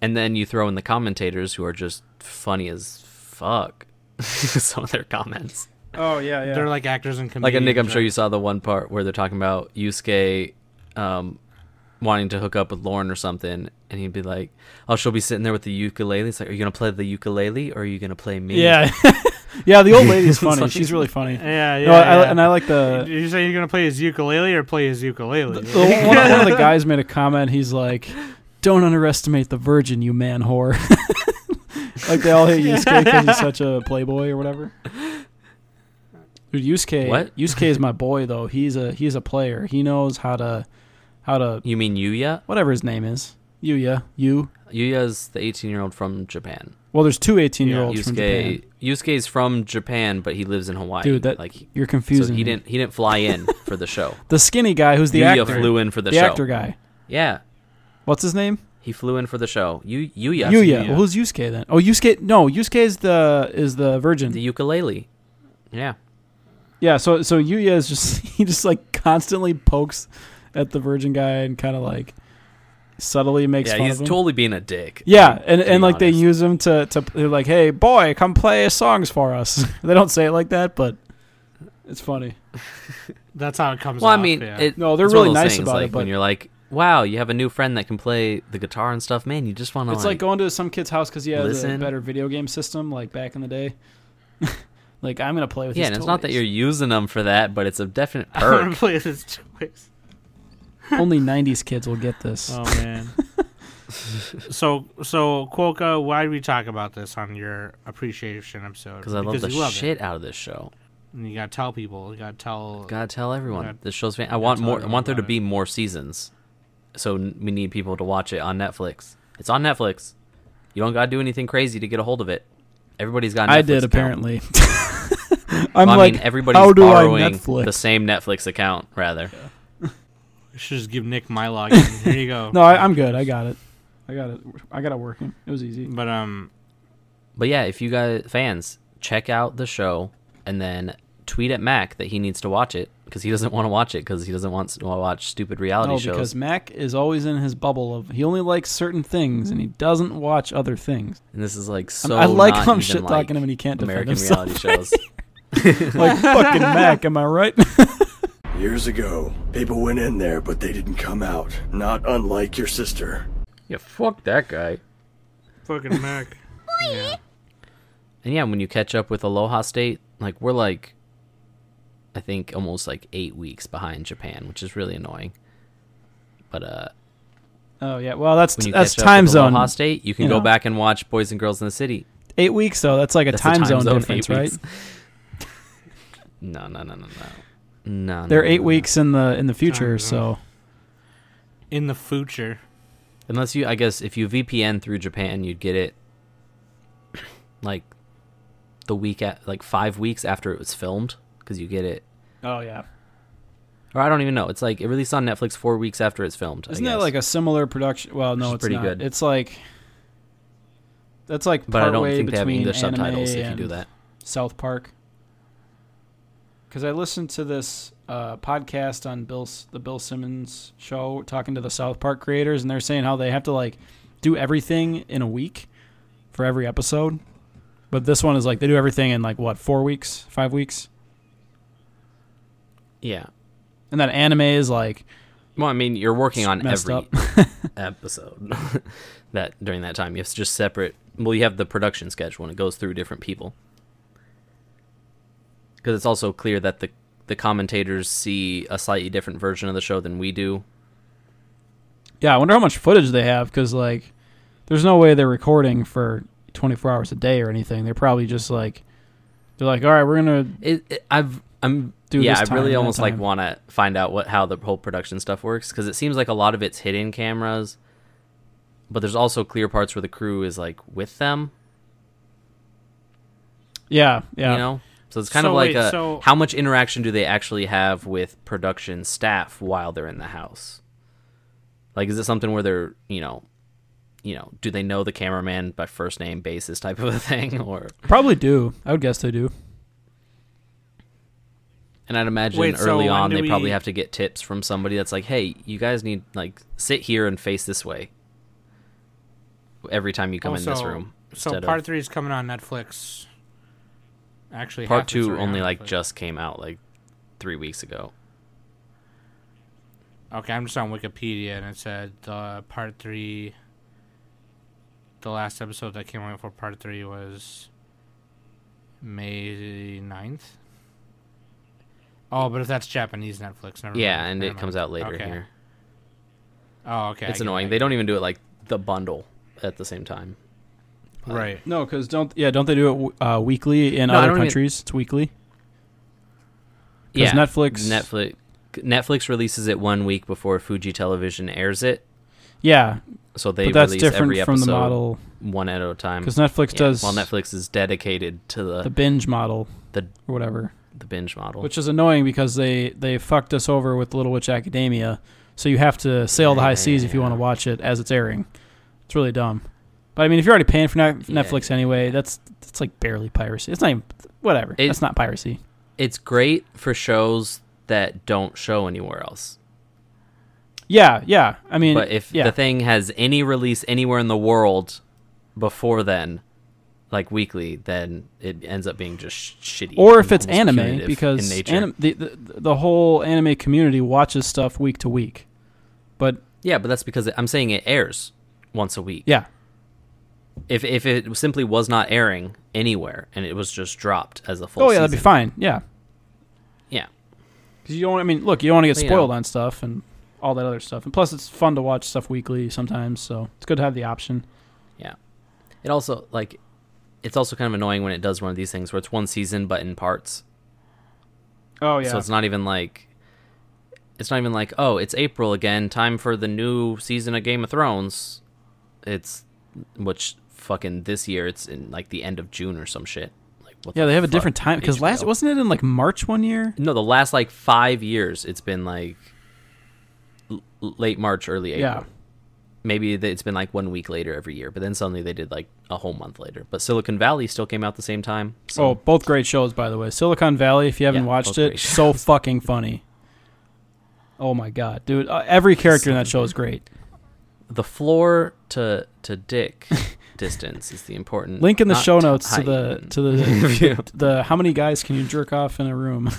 Speaker 1: and then you throw in the commentators who are just funny as fuck (laughs) some of their comments
Speaker 3: Oh yeah, yeah.
Speaker 2: they're like actors and
Speaker 1: like a
Speaker 2: comedians
Speaker 1: nick i'm
Speaker 2: right?
Speaker 1: sure you saw the one part where they're talking about yusuke um, wanting to hook up with lauren or something and he'd be like oh she'll be sitting there with the ukulele it's like are you gonna play the ukulele or are you gonna play me
Speaker 3: yeah, (laughs) yeah. The old
Speaker 2: (laughs)
Speaker 3: lady's funny. She's really funny.
Speaker 2: yeah yeah,
Speaker 3: no, I,
Speaker 2: yeah.
Speaker 3: and I like the
Speaker 2: (laughs) you say you're gonna play his ukulele or play his ukulele
Speaker 3: The- one, one of the guys made a comment. He's like, "Don't underestimate the virgin, you man whore." (laughs) like they all hate Yusuke because he's such a playboy or whatever. Dude, Yusuke,
Speaker 1: What?
Speaker 3: Yusuke is my boy though. He's a he's a player. He knows how to how to
Speaker 1: you mean yuya
Speaker 3: whatever his name is. Yuya, you.
Speaker 1: yuya's the 18 year old from japan
Speaker 3: Well, there's two 18 year olds from Japan.
Speaker 1: yusuke yusuke's from japan but he lives in hawaii
Speaker 3: Dude, that-
Speaker 1: like so
Speaker 3: You're confusing.
Speaker 1: he
Speaker 3: me.
Speaker 1: didn't he didn't fly in for the show
Speaker 3: The skinny guy who's (laughs) the
Speaker 1: yuya
Speaker 3: actor.
Speaker 1: flew in for the,
Speaker 3: the
Speaker 1: show
Speaker 3: actor guy.
Speaker 1: yeah
Speaker 3: What's his name?
Speaker 1: he flew in for the show you yuya
Speaker 3: Yuya.
Speaker 2: Yuya.
Speaker 3: Well, who's Yusuke then? Oh, Yusuke. No, Yusuke is the is the virgin.
Speaker 1: the ukulele yeah
Speaker 3: Yeah, so so Yuya is just (laughs) he just like constantly pokes at the virgin guy and kind of like subtly makes
Speaker 1: yeah
Speaker 3: fun
Speaker 1: he's
Speaker 3: of him.
Speaker 1: totally being a dick
Speaker 3: yeah, and,
Speaker 1: to
Speaker 3: and
Speaker 1: be
Speaker 3: like they
Speaker 1: honest.
Speaker 3: use him to to they're like, hey boy, come play songs for us. (laughs) they don't say it like that, but it's funny.
Speaker 2: (laughs) That's how it comes.
Speaker 1: Well, I
Speaker 2: off,
Speaker 1: mean,
Speaker 2: yeah.
Speaker 1: it,
Speaker 3: No, they're
Speaker 1: it's one of
Speaker 3: really
Speaker 1: those
Speaker 3: nice
Speaker 1: things,
Speaker 3: about it,
Speaker 1: like, when
Speaker 3: but-
Speaker 1: you're like, wow, you have a new friend that can play the guitar and stuff. Man, you just want to.
Speaker 3: It's like, oh, going to some kid's house because he has a
Speaker 1: listen.
Speaker 3: better video game system, like back in the day. (laughs) like I'm gonna play with
Speaker 1: yeah,
Speaker 3: his
Speaker 1: and it's not that
Speaker 3: toys.
Speaker 1: you're using them for that, but it's a
Speaker 3: (laughs)
Speaker 1: definite
Speaker 2: (laughs) I wanna
Speaker 1: perk.
Speaker 2: play this twice.
Speaker 3: only '90s kids will get this.
Speaker 2: Oh (laughs) man. so so Quoka, why did we talk about this on your appreciation episode?
Speaker 1: Because I love the
Speaker 2: you love
Speaker 1: shit out of this show.
Speaker 2: It. And you gotta tell people. You gotta tell.
Speaker 1: Gotta tell everyone
Speaker 2: Gotta-
Speaker 1: this show's. Fan- I want
Speaker 2: tell
Speaker 1: more. I
Speaker 2: everyone
Speaker 1: want there to
Speaker 2: about
Speaker 1: be more seasons. So n- we need people to watch it on Netflix. It's on Netflix. You don't gotta do anything crazy to get a hold of it. Everybody's got. Netflix
Speaker 3: I did
Speaker 1: account.
Speaker 3: apparently. (laughs) I'm
Speaker 1: Well, I
Speaker 3: like,
Speaker 1: mean, everybody's
Speaker 3: how do I
Speaker 1: borrowing
Speaker 3: Netflix?
Speaker 1: the same Netflix account, rather.
Speaker 2: I should just give Nick my login. Here you (laughs) go.
Speaker 3: No, I, I'm good. I got it. I got it. I got it working. It was easy.
Speaker 2: But um,
Speaker 1: But yeah, if you guys fans check out the show and then tweet at Mac that he needs to watch it because he doesn't want to watch it because he doesn't want to watch stupid reality
Speaker 3: No,
Speaker 1: shows.
Speaker 3: Oh, because Mac is always in his bubble of he only likes certain things and he doesn't watch
Speaker 1: (laughs)
Speaker 3: other things.
Speaker 1: And this is like
Speaker 3: And
Speaker 1: so.
Speaker 3: I like
Speaker 1: not
Speaker 3: how I'm
Speaker 1: even,
Speaker 3: shit talking
Speaker 1: like,
Speaker 3: him and he can't defend
Speaker 1: American
Speaker 3: himself.
Speaker 1: reality shows.
Speaker 3: (laughs) like fucking Mac, am I right? (laughs)
Speaker 4: Years ago, people went in there, but they didn't come out. Not unlike your sister.
Speaker 1: yeah, fuck that guy.
Speaker 2: fucking Mac. yeah.
Speaker 1: And yeah, when you catch up with Aloha State, like we're like, I think almost like eight weeks behind Japan, which is really annoying. But uh,
Speaker 3: oh yeah. Well, that's
Speaker 1: when you
Speaker 3: that's
Speaker 1: catch up
Speaker 3: time
Speaker 1: with
Speaker 3: zone.
Speaker 1: Aloha State, you can
Speaker 3: you
Speaker 1: go
Speaker 3: know.
Speaker 1: back and watch Boys and Girls in the City.
Speaker 3: Eight weeks though. That's like a
Speaker 1: That's the
Speaker 3: time, zone, difference,
Speaker 1: eight
Speaker 3: right?
Speaker 1: weeks. (laughs) no, no, no, no, no, no. no,
Speaker 3: They're
Speaker 1: no,
Speaker 3: eight
Speaker 1: no.
Speaker 3: weeks in the in the future,
Speaker 2: Time zone.
Speaker 3: so
Speaker 2: In the future,
Speaker 1: Unless you, I guess, if you VPN through Japan, you'd get it like the week at like five weeks after it was filmed because you get it.
Speaker 3: oh yeah.
Speaker 1: Or I don't even know. It's like it released on Netflix four weeks after it's filmed.
Speaker 3: Isn't
Speaker 1: I
Speaker 3: that
Speaker 1: guess.
Speaker 3: like a similar production? Well, no,
Speaker 1: is
Speaker 3: it's
Speaker 1: pretty
Speaker 3: not.
Speaker 1: good.
Speaker 3: It's like that's like
Speaker 1: But I don't
Speaker 3: partway
Speaker 1: think they have
Speaker 3: between
Speaker 1: English
Speaker 3: anime
Speaker 1: subtitles if you do
Speaker 3: and-
Speaker 1: that.
Speaker 3: South Park. Because I listened to this uh, podcast on Bill, S- the Bill Simmons show, talking to the South Park creators, and they're saying how they have to like do everything in a week for every episode. But this one is like they do everything in like what four weeks, five weeks,
Speaker 1: Yeah.
Speaker 3: and then anime is like
Speaker 1: Well, I mean, you're working on
Speaker 3: messed
Speaker 1: every
Speaker 3: up. (laughs)
Speaker 1: episode (laughs) that during that time. You have to just separate. Well, you have the production schedule, and it goes through different people. Because it's also clear that the the commentators see a slightly different version of the show than we do.
Speaker 3: yeah, I wonder how much footage they have because like there's no way they're recording for 24 hours a day or anything. They're probably just like, they're like, all right, we're gonna.
Speaker 1: It, it, I've I'm
Speaker 3: Do
Speaker 1: yeah.
Speaker 3: this
Speaker 1: I
Speaker 3: time,
Speaker 1: really
Speaker 3: that
Speaker 1: almost like
Speaker 3: time.
Speaker 1: want to find out what how the whole production stuff works because it seems like a lot of it's hidden cameras, but there's also clear parts where the crew is like with them.
Speaker 3: Yeah, yeah.
Speaker 1: You know, so it's kind
Speaker 2: So
Speaker 1: of like
Speaker 2: wait,
Speaker 1: a
Speaker 2: so-
Speaker 1: how much interaction do they actually have with production staff while they're in the house? Like, is it something where they're you know, you know, do they know the cameraman by first name basis type of a (laughs) thing or?
Speaker 3: Probably do. I would guess they do.
Speaker 1: And I'd imagine
Speaker 2: Wait, so
Speaker 1: early
Speaker 2: when
Speaker 1: on
Speaker 2: do
Speaker 1: they probably
Speaker 2: we-
Speaker 1: have to get tips from somebody that's like, "Hey, you guys need like sit here and face this way every time you come in this
Speaker 2: Also,
Speaker 1: room."
Speaker 2: Oh, So
Speaker 1: instead
Speaker 2: part
Speaker 1: of,
Speaker 2: three is coming on Netflix. Actually, half
Speaker 1: part
Speaker 2: it's
Speaker 1: two
Speaker 2: already
Speaker 1: only
Speaker 2: on
Speaker 1: like
Speaker 2: Netflix.
Speaker 1: just came out like three weeks ago.
Speaker 2: Oh, Okay, I'm just on Wikipedia, and it said uh, part three. The last episode that came out for part three was May 9th. Oh, but if that's Japanese Netflix, never
Speaker 1: Yeah,
Speaker 2: mind,
Speaker 1: and
Speaker 2: never
Speaker 1: it
Speaker 2: mind.
Speaker 1: comes out later
Speaker 2: Okay.
Speaker 1: here.
Speaker 2: Oh, okay. I
Speaker 1: it's
Speaker 2: get it,
Speaker 1: annoying.
Speaker 2: I
Speaker 1: They
Speaker 2: get
Speaker 1: don't even do it like the bundle at the same time.
Speaker 2: it. right.
Speaker 3: No, because don't yeah, don't they do it w- uh, weekly in
Speaker 1: No, I
Speaker 3: other
Speaker 1: don't e-, even-
Speaker 3: countries? It's weekly. 'Cause
Speaker 1: Yeah,
Speaker 3: Netflix-
Speaker 1: Netflix Netflix releases it one week before Fuji Television airs it,
Speaker 3: Yeah,
Speaker 1: so they
Speaker 3: but that's
Speaker 1: release
Speaker 3: different
Speaker 1: every
Speaker 3: from
Speaker 1: episode
Speaker 3: the model
Speaker 1: one at a time.
Speaker 3: because Netflix
Speaker 1: Yeah,
Speaker 3: does
Speaker 1: while Netflix is dedicated to
Speaker 3: the
Speaker 1: the
Speaker 3: binge model
Speaker 1: the,
Speaker 3: or whatever,
Speaker 1: the binge model,
Speaker 3: which is annoying because they they fucked us over with Little Witch Academia. So you have to sail the high seas if you want to
Speaker 1: Yeah.
Speaker 3: watch it as it's airing. It's really dumb. But I mean, if you're already paying for Net-
Speaker 1: Yeah.
Speaker 3: Netflix anyway, that's that's like barely piracy. It's not even whatever.
Speaker 1: It-
Speaker 3: that's not piracy.
Speaker 1: it's great for shows that don't show anywhere else.
Speaker 3: Yeah, yeah. I mean,
Speaker 1: But if
Speaker 3: yeah.
Speaker 1: the thing has any release anywhere in the world before then, like weekly, then it ends up being just sh- shitty.
Speaker 3: or
Speaker 1: and
Speaker 3: if it's
Speaker 1: almost
Speaker 3: anime
Speaker 1: punitive in
Speaker 3: because
Speaker 1: nature.
Speaker 3: anim- the, the the whole anime community watches stuff week to week. But
Speaker 1: yeah, but that's because it, I'm saying it airs once a week.
Speaker 3: yeah,
Speaker 1: If if it simply was not airing anywhere and it was just dropped as a full,
Speaker 3: oh yeah, that'd be
Speaker 1: season,
Speaker 3: fine. Yeah,
Speaker 1: Yeah,
Speaker 3: because you don't. I mean, look, you don't want to get
Speaker 1: But, you
Speaker 3: spoiled
Speaker 1: know.
Speaker 3: on stuff and all that other stuff. And plus, it's fun to watch stuff weekly sometimes, so it's good to have the option.
Speaker 1: Yeah. It also like it's also kind of annoying when it does one of these things where it's one season but in parts.
Speaker 3: Oh yeah,
Speaker 1: So it's not even like it's not even like, oh, it's April again, time for the new season of Game of Thrones. It's which fucking this year it's in like the end of June or some shit. Like what
Speaker 3: yeah,
Speaker 1: the
Speaker 3: they have a
Speaker 1: fuck,
Speaker 3: different time because last
Speaker 1: HBO?
Speaker 3: wasn't it in like March one year?
Speaker 1: No, the last like 5 years it's been like l- late March, early April.
Speaker 3: Yeah,
Speaker 1: maybe th- it's been like one week later every year, but then suddenly they did like a whole month later. But Silicon Valley still came out the same time. So
Speaker 3: oh, both great shows, by the way. Silicon Valley, if you haven't
Speaker 1: Yeah,
Speaker 3: watched
Speaker 1: both
Speaker 3: it,
Speaker 1: great
Speaker 3: so fucking funny. Oh my god, dude! Uh, every character in that show is great.
Speaker 1: the floor to to dick (laughs) distance is the important
Speaker 3: Link in the
Speaker 1: not
Speaker 3: show
Speaker 1: to
Speaker 3: notes to the
Speaker 1: height (laughs)
Speaker 3: to the the how many guys can you jerk off in a room?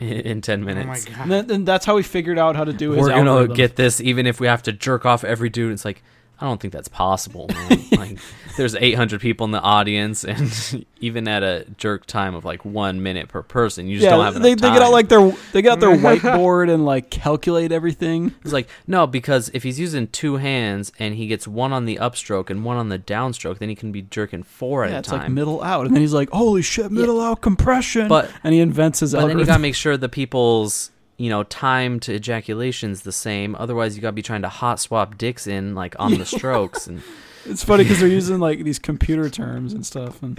Speaker 1: in, in ten
Speaker 2: Oh
Speaker 1: minutes.
Speaker 2: my god.
Speaker 3: and, then, and that's how he figured out how to do his.
Speaker 1: We're gonna
Speaker 3: algorithm.
Speaker 1: get this, even if we have to jerk off every dude. It's like I don't think that's possible.
Speaker 3: (laughs)
Speaker 1: Man. like there's 800 people in the audience, and (laughs) even at a jerk time of like one minute per person, you just
Speaker 3: yeah,
Speaker 1: don't have enough
Speaker 3: they, they get out
Speaker 1: time.
Speaker 3: like their they get
Speaker 1: (laughs)
Speaker 3: out their whiteboard and like calculate everything.
Speaker 1: It's like, no, because if he's using two hands and he gets one on the upstroke and one on the downstroke, then he can be jerking four at
Speaker 3: Yeah,
Speaker 1: a
Speaker 3: it's
Speaker 1: time.
Speaker 3: like middle out, and then he's like, "Holy shit, middle out compression!"
Speaker 1: But-
Speaker 3: and he invents his
Speaker 1: but then
Speaker 3: algorithm.
Speaker 1: you gotta make sure the people's you know time to ejaculation's the same. Otherwise, you gotta be trying to hot swap dicks in like on
Speaker 3: (laughs)
Speaker 1: the strokes, and
Speaker 3: (laughs) it's funny
Speaker 1: (laughs)
Speaker 3: because they're using like these computer terms and stuff, and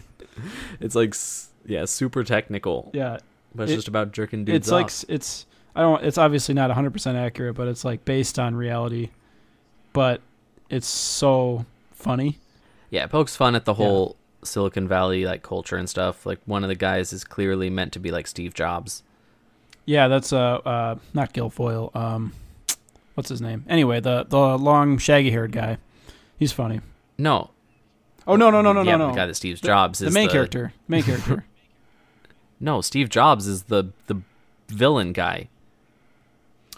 Speaker 1: it's like s- yeah, super technical.
Speaker 3: yeah,
Speaker 1: But it's
Speaker 3: It-
Speaker 1: just about jerking dudes
Speaker 3: it's
Speaker 1: off.
Speaker 3: like s- it's I don't it's obviously not 100% accurate, but it's like based on reality, but it's so funny.
Speaker 1: Yeah, it pokes fun at the whole Silicon Valley like culture and stuff. Like one of the guys is clearly meant to be like Steve Jobs.
Speaker 3: Yeah, that's uh, uh not Guilfoyle. Um, what's his name? Anyway, the the long shaggy haired guy. He's funny.
Speaker 1: No.
Speaker 3: Oh no no no no
Speaker 1: yeah,
Speaker 3: no
Speaker 1: The guy
Speaker 3: no.
Speaker 1: that Steve
Speaker 3: The-
Speaker 1: Jobs
Speaker 3: The
Speaker 1: is
Speaker 3: main character.
Speaker 1: (laughs)
Speaker 3: Main character.
Speaker 1: No, Steve Jobs is the the villain guy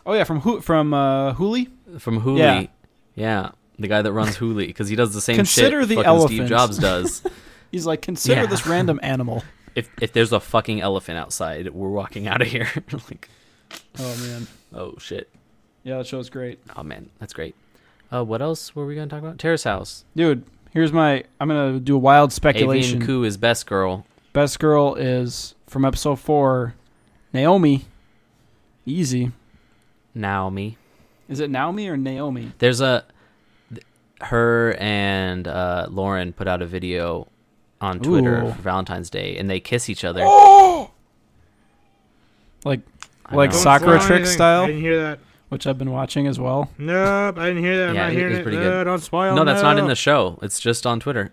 Speaker 3: Oh yeah, from who from uh Hooli?
Speaker 1: from Hooli.
Speaker 3: Yeah.
Speaker 1: Yeah, the guy that
Speaker 3: (laughs)
Speaker 1: runs Hooli because he does the same
Speaker 3: Consider
Speaker 1: shit
Speaker 3: the
Speaker 1: fucking
Speaker 3: elephant.
Speaker 1: Steve Jobs
Speaker 3: (laughs)
Speaker 1: does.
Speaker 3: He's like consider
Speaker 1: Yeah. (laughs)
Speaker 3: this random animal.
Speaker 1: if if there's a fucking elephant outside, we're walking out of here. (laughs) like,
Speaker 3: Oh man.
Speaker 1: oh shit.
Speaker 3: Yeah, that show's great.
Speaker 1: Oh man, that's great. Uh, what else were we gonna talk about? Terrace House.
Speaker 3: Dude, Here's my. I'm gonna do a wild
Speaker 1: Avian
Speaker 3: speculation.
Speaker 1: Ku is best girl.
Speaker 3: Best girl is from episode four, Naomi. Easy.
Speaker 1: Naomi.
Speaker 3: Is it Naomi or Naomi?
Speaker 1: There's a th- her and uh, Lauren put out a video on Twitter
Speaker 3: Ooh.
Speaker 1: for Valentine's Day, and they kiss each other.
Speaker 3: (gasps) Like,
Speaker 1: I
Speaker 3: like
Speaker 1: know.
Speaker 2: Don't
Speaker 3: Sakura
Speaker 2: spoil
Speaker 3: trick
Speaker 2: anything.
Speaker 3: style?
Speaker 2: I didn't hear that.
Speaker 3: which I've been watching as well.
Speaker 2: Nope, I didn't hear that. I'm
Speaker 1: Yeah,
Speaker 2: not
Speaker 1: it-
Speaker 2: hearing
Speaker 1: it's
Speaker 2: it.
Speaker 1: pretty
Speaker 2: no,
Speaker 1: good.
Speaker 2: don't spoil.
Speaker 1: No, that's not in
Speaker 2: no.
Speaker 1: the show. It's just on Twitter.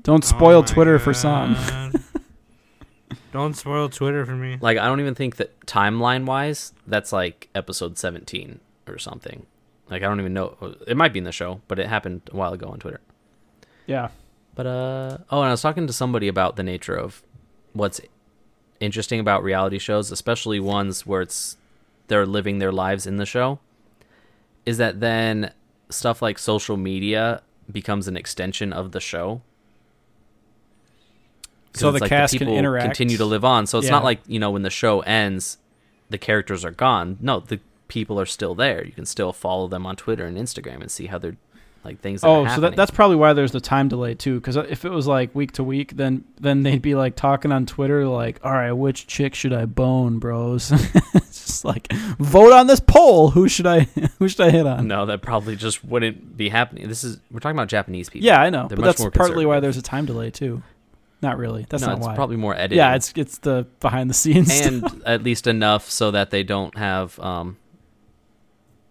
Speaker 3: Don't
Speaker 2: Oh
Speaker 3: spoil
Speaker 2: my
Speaker 3: Twitter for some.
Speaker 2: God. (laughs) don't spoil Twitter for me.
Speaker 1: Like I don't even think that timeline wise, that's like episode 17 or something. Like I don't even know. It might be in the show, but it happened a while ago on Twitter.
Speaker 3: Yeah.
Speaker 1: But uh oh, and I was talking to somebody about the nature of what's interesting about reality shows, especially ones where it's they're living their lives in the show, is that then stuff like social media becomes an extension of the show. 'Cause
Speaker 3: So
Speaker 1: it's
Speaker 3: the cast can
Speaker 1: people
Speaker 3: interact.
Speaker 1: continue to live on. So it's not
Speaker 3: Yeah.
Speaker 1: like you know when the show ends, the characters are gone. No, the people are still there. You can still follow them on Twitter and Instagram and see how they're like things. That are
Speaker 3: Oh, so that,
Speaker 1: happening.
Speaker 3: that's probably why there's the time delay too. Because if it was like week to week, then then they'd be like talking on Twitter, like, "All right, which chick should I bone, bros?" (laughs) it's just like, vote on this poll. Who should I (laughs) who should I hit on?
Speaker 1: No, that probably just wouldn't be happening. This is we're talking about Japanese people.
Speaker 3: Yeah, I know,
Speaker 1: They're
Speaker 3: but
Speaker 1: much
Speaker 3: that's
Speaker 1: more
Speaker 3: partly why
Speaker 1: conservative.
Speaker 3: there's a time delay too. Not really. That's
Speaker 1: no,
Speaker 3: not
Speaker 1: it's
Speaker 3: why.
Speaker 1: probably more edited.
Speaker 3: yeah, it's it's the behind the scenes. (laughs)
Speaker 1: and at least enough so that they don't have um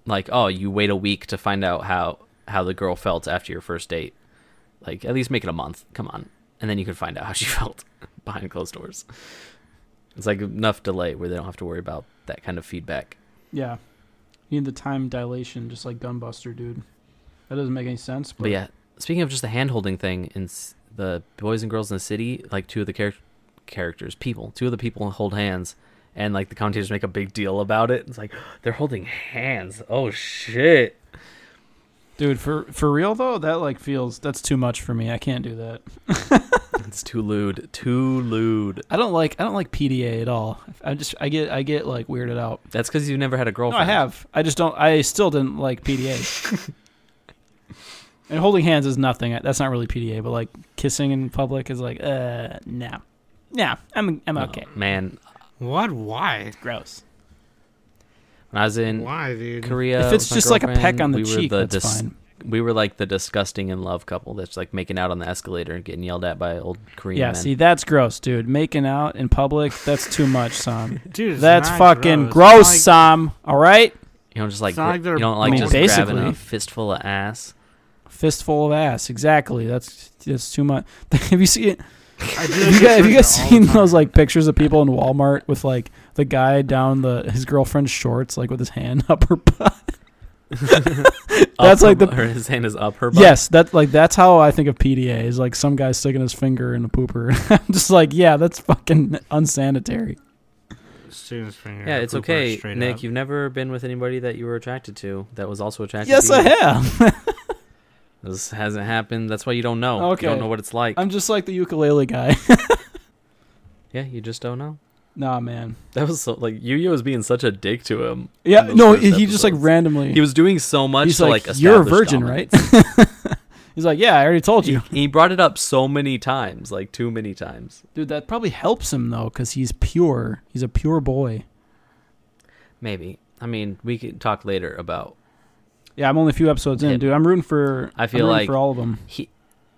Speaker 1: like oh you wait a week to find out how how the girl felt after your first date. Like at least make it a month. Come on, and then you can find out how she (laughs) felt behind closed doors. It's like enough delay where they don't have to worry about that kind of feedback.
Speaker 3: yeah, you need the time dilation, just like Gunbuster, dude. That doesn't make any sense. But,
Speaker 1: But yeah, speaking of just the hand holding thing in s- the boys and girls in the city, like two of the charac- characters, people, two of the people hold hands, and like the commentators make a big deal about it. It's like (gasps) they're holding hands. Oh shit!
Speaker 3: dude, for for real though, that like feels that's too much for me. I can't do that. (laughs)
Speaker 1: It's too lewd. Too lewd.
Speaker 3: I don't like I don't like PDA at all. I just I get I get like weirded out.
Speaker 1: That's because you've never had a
Speaker 3: No,
Speaker 1: girlfriend.
Speaker 3: I have. I just don't. I still didn't like PDA. and holding hands is nothing. That's not really PDA, but like kissing in public is like uh no, no. I'm I'm
Speaker 1: No,
Speaker 3: okay.
Speaker 1: Oh, man.
Speaker 2: What? Why?
Speaker 3: Gross.
Speaker 1: When I was in
Speaker 2: Why, dude?
Speaker 1: Korea,
Speaker 3: if it's
Speaker 1: with my
Speaker 3: just like a peck
Speaker 1: girlfriend,
Speaker 3: on the
Speaker 1: we were
Speaker 3: cheek,
Speaker 1: the
Speaker 3: that's
Speaker 1: dis-
Speaker 3: fine.
Speaker 1: We were like the disgusting in love couple that's like making out on the escalator and getting yelled at by old Korean
Speaker 3: Yeah,
Speaker 1: men.
Speaker 3: see, that's gross, dude. Making out in public, that's too much, Sam.
Speaker 2: Dude, it's
Speaker 3: That's
Speaker 2: not
Speaker 3: fucking
Speaker 2: It's
Speaker 3: gross,
Speaker 2: not like-
Speaker 3: Sam. All right?
Speaker 1: You don't just like,
Speaker 2: It's not
Speaker 1: gra-
Speaker 2: like they're
Speaker 1: you don't like
Speaker 2: I mean,
Speaker 1: just grabbing
Speaker 3: basically.
Speaker 1: a fistful of ass.
Speaker 3: Fistful of ass. Exactly. That's that's too much. (laughs) have you seen
Speaker 2: I do that
Speaker 3: Have (laughs) you guys, have
Speaker 2: shit (laughs) all
Speaker 3: you guys
Speaker 2: the
Speaker 3: seen
Speaker 2: time.
Speaker 3: those like pictures of people in Walmart with like the guy down the his girlfriend's shorts like with his hand (laughs) up her butt? That's
Speaker 1: Up
Speaker 3: like
Speaker 1: her
Speaker 3: the-
Speaker 1: bu- her, his hand is up her butt.
Speaker 3: Yes, that like that's how I think of PDA is like some guy sticking his finger in a pooper. (laughs) I'm just like, yeah, that's fucking unsanitary.
Speaker 2: Student's finger
Speaker 1: Yeah, it's
Speaker 2: pooper
Speaker 1: okay,
Speaker 2: straight
Speaker 1: Nick.
Speaker 2: up.
Speaker 1: You've never been with anybody that you were attracted to that was also attracted.
Speaker 3: Yes,
Speaker 1: to you.
Speaker 3: I have.
Speaker 1: This hasn't happened. That's why you don't know. You
Speaker 3: Okay.
Speaker 1: don't know what it's like.
Speaker 3: (laughs) I'm just like the ukulele guy. (laughs)
Speaker 1: Yeah, you just don't know.
Speaker 3: nah, man.
Speaker 1: That was so like Yu Yu was being such a dick to him.
Speaker 3: Yeah,
Speaker 1: in those
Speaker 3: no,
Speaker 1: first
Speaker 3: he just like
Speaker 1: episodes.
Speaker 3: randomly.
Speaker 1: He was doing so much
Speaker 3: he's
Speaker 1: to
Speaker 3: like,
Speaker 1: like,
Speaker 3: you're a
Speaker 1: establish
Speaker 3: virgin,
Speaker 1: dominance.
Speaker 3: right? (laughs) He's like, yeah, I already told you,
Speaker 1: He brought it up so many times, like too many times.
Speaker 3: dude. That probably helps him though, because he's pure. He's a pure boy.
Speaker 1: Maybe. I mean, we can talk later about
Speaker 3: Yeah, I'm only a few episodes in,
Speaker 1: Him.
Speaker 3: dude. I'm rooting for.
Speaker 1: I
Speaker 3: I'm
Speaker 1: feel
Speaker 3: rooting
Speaker 1: like-
Speaker 3: for all of them.
Speaker 1: he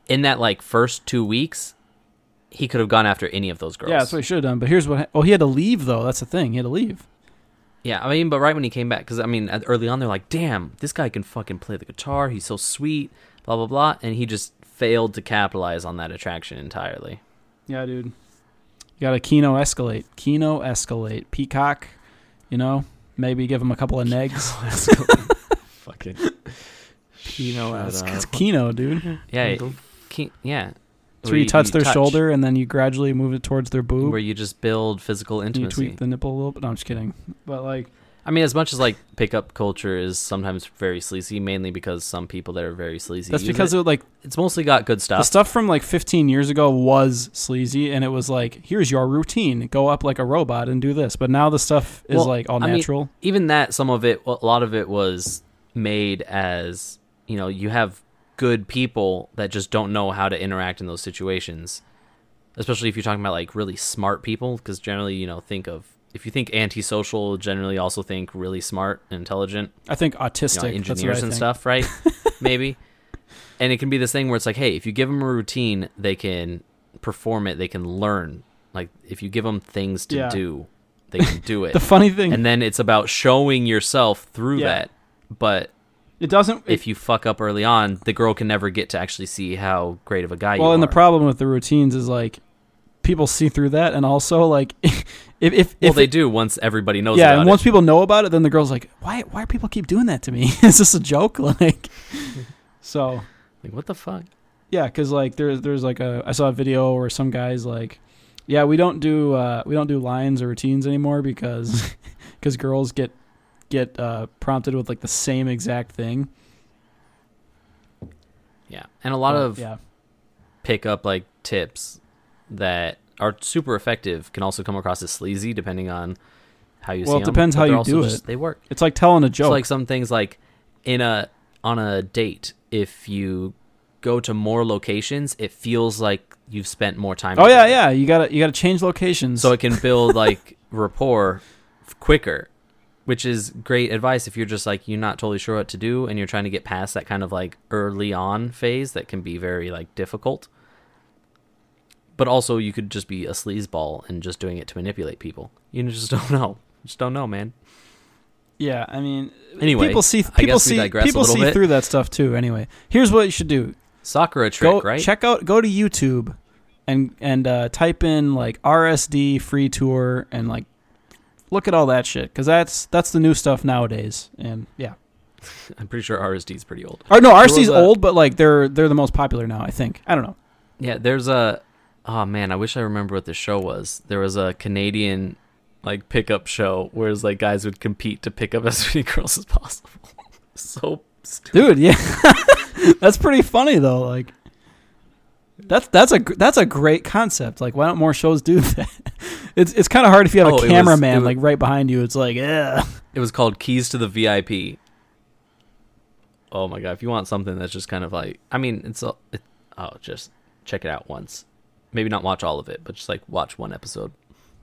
Speaker 1: in that like first two weeks, he could have gone after any of those girls.
Speaker 3: Yeah, that's what he should have done. But here's what. ha- Oh, he had to leave though. That's the thing. He had to leave.
Speaker 1: Yeah, I mean, but right when he came back, because I mean, at- early on they're like, "Damn, this guy can fucking play the guitar. He's so sweet." Blah blah blah, and he just failed to capitalize on that attraction entirely.
Speaker 3: Yeah, dude. You got to Kino escalate. Kino escalate. Peacock. You know, maybe give him
Speaker 1: (laughs)
Speaker 3: a couple of negs.
Speaker 1: fucking
Speaker 2: Pino
Speaker 1: Shut
Speaker 2: ass.
Speaker 3: It's Kino, dude.
Speaker 1: yeah, Ke- yeah.
Speaker 3: So you, touch their shoulder and then you gradually move it towards their boob.
Speaker 1: where you just build physical
Speaker 3: and you
Speaker 1: intimacy.
Speaker 3: tweak the nipple a little bit. No, I'm just kidding. But like,
Speaker 1: I mean, as much as like pickup culture is sometimes very sleazy, mainly because some people that are very sleazy.
Speaker 3: that's
Speaker 1: use
Speaker 3: because
Speaker 1: it.
Speaker 3: it, like
Speaker 1: it's mostly got good
Speaker 3: the
Speaker 1: stuff.
Speaker 3: stuff from like 15 years ago was sleazy, and it was like, here's your routine, go up like a robot and do this. But now the stuff is
Speaker 1: Well,
Speaker 3: like all
Speaker 1: I mean,
Speaker 3: natural.
Speaker 1: even that some of it a lot of it was made as you know you have good people that just don't know how to interact in those situations. Especially if you're talking about like really smart people, because generally, you know, think of if you think antisocial, generally also think really smart and intelligent
Speaker 3: I think
Speaker 1: you
Speaker 3: autistic
Speaker 1: know,
Speaker 3: that's what I
Speaker 1: engineers and
Speaker 3: think.
Speaker 1: stuff,
Speaker 3: (laughs)
Speaker 1: right? Maybe. And it can be this thing where it's like, hey, if you give them a routine, they can perform it, they can learn. Like if you give them things to
Speaker 3: Yeah.
Speaker 1: do,
Speaker 3: (laughs)
Speaker 1: they can do it.
Speaker 3: The funny thing,
Speaker 1: and then it's about showing yourself through
Speaker 3: Yeah.
Speaker 1: that. But
Speaker 3: it doesn't. It,
Speaker 1: if you fuck up early on, the girl can never get to actually see how great of a guy you are.
Speaker 3: well, and the problem with the routines is like people see through that, and also like (laughs) if if,
Speaker 1: well,
Speaker 3: if
Speaker 1: they
Speaker 3: it-
Speaker 1: do once everybody knows
Speaker 3: yeah,
Speaker 1: about it.
Speaker 3: and once people know about it, then the girl's like, why why people keep doing that to me? (laughs) is this a joke? Like, so
Speaker 1: Like, what the fuck?
Speaker 3: yeah, because like there's there's like a I saw a video where some guys like, yeah, we don't do uh, we don't do lines or routines
Speaker 1: (laughs)
Speaker 3: anymore because because girls get get uh, prompted with like the same exact thing.
Speaker 1: Yeah. And a lot of
Speaker 3: yeah.
Speaker 1: pick up like tips that are super effective can also come across as sleazy depending on how you
Speaker 3: Well,
Speaker 1: see
Speaker 3: it
Speaker 1: 'em,
Speaker 3: depends
Speaker 1: but
Speaker 3: how
Speaker 1: they're
Speaker 3: you
Speaker 1: also
Speaker 3: do it.
Speaker 1: They work.
Speaker 3: It's like telling a
Speaker 1: It's
Speaker 3: joke.
Speaker 1: like some things like in a on a date if you go to more locations it feels like you've spent more time.
Speaker 3: oh yeah,
Speaker 1: together.
Speaker 3: yeah. You gotta you gotta change locations.
Speaker 1: So it can build like rapport f- quicker, which is great advice if you're just like you're not totally sure what to do and you're trying to get past that kind of like early on phase that can be very like difficult. But also you could just be a sleazeball and just doing it to manipulate people. You just (laughs) don't know. Just don't know, man.
Speaker 3: yeah, I mean,
Speaker 1: Anyway,
Speaker 3: people see
Speaker 1: I
Speaker 3: people
Speaker 1: guess we
Speaker 3: see
Speaker 1: digress
Speaker 3: people
Speaker 1: a little
Speaker 3: see
Speaker 1: bit.
Speaker 3: through that stuff too. Anyway, here's what you should do:
Speaker 1: Sakura trick,
Speaker 3: go
Speaker 1: right?
Speaker 3: check out go to YouTube and and uh, type in like RSD free tour and like look at all that shit because that's that's the new stuff nowadays. And yeah,
Speaker 1: I'm pretty sure RSD is pretty old.
Speaker 3: or no, RSD's
Speaker 1: was a-
Speaker 3: old, but like they're they're the most popular now. I think I don't know.
Speaker 1: Yeah, there's a oh man, I wish I remember what the show was. There was a Canadian like pickup show where it's like guys would compete to pick up (laughs) as many girls as possible. (laughs) so stupid.
Speaker 3: dude yeah (laughs) that's pretty funny though like that's that's a gr- that's a great concept like why don't more shows do (laughs) that it's it's kind of hard if you have
Speaker 1: Oh, it
Speaker 3: a
Speaker 1: was-
Speaker 3: cameraman
Speaker 1: it was-
Speaker 3: like right behind you it's like yeah
Speaker 1: It was called Keys to the VIP. Oh my god, if you want something that's just kind of like I mean, it's a, it, oh, just check it out once. Maybe not watch all of it, but just like watch one episode.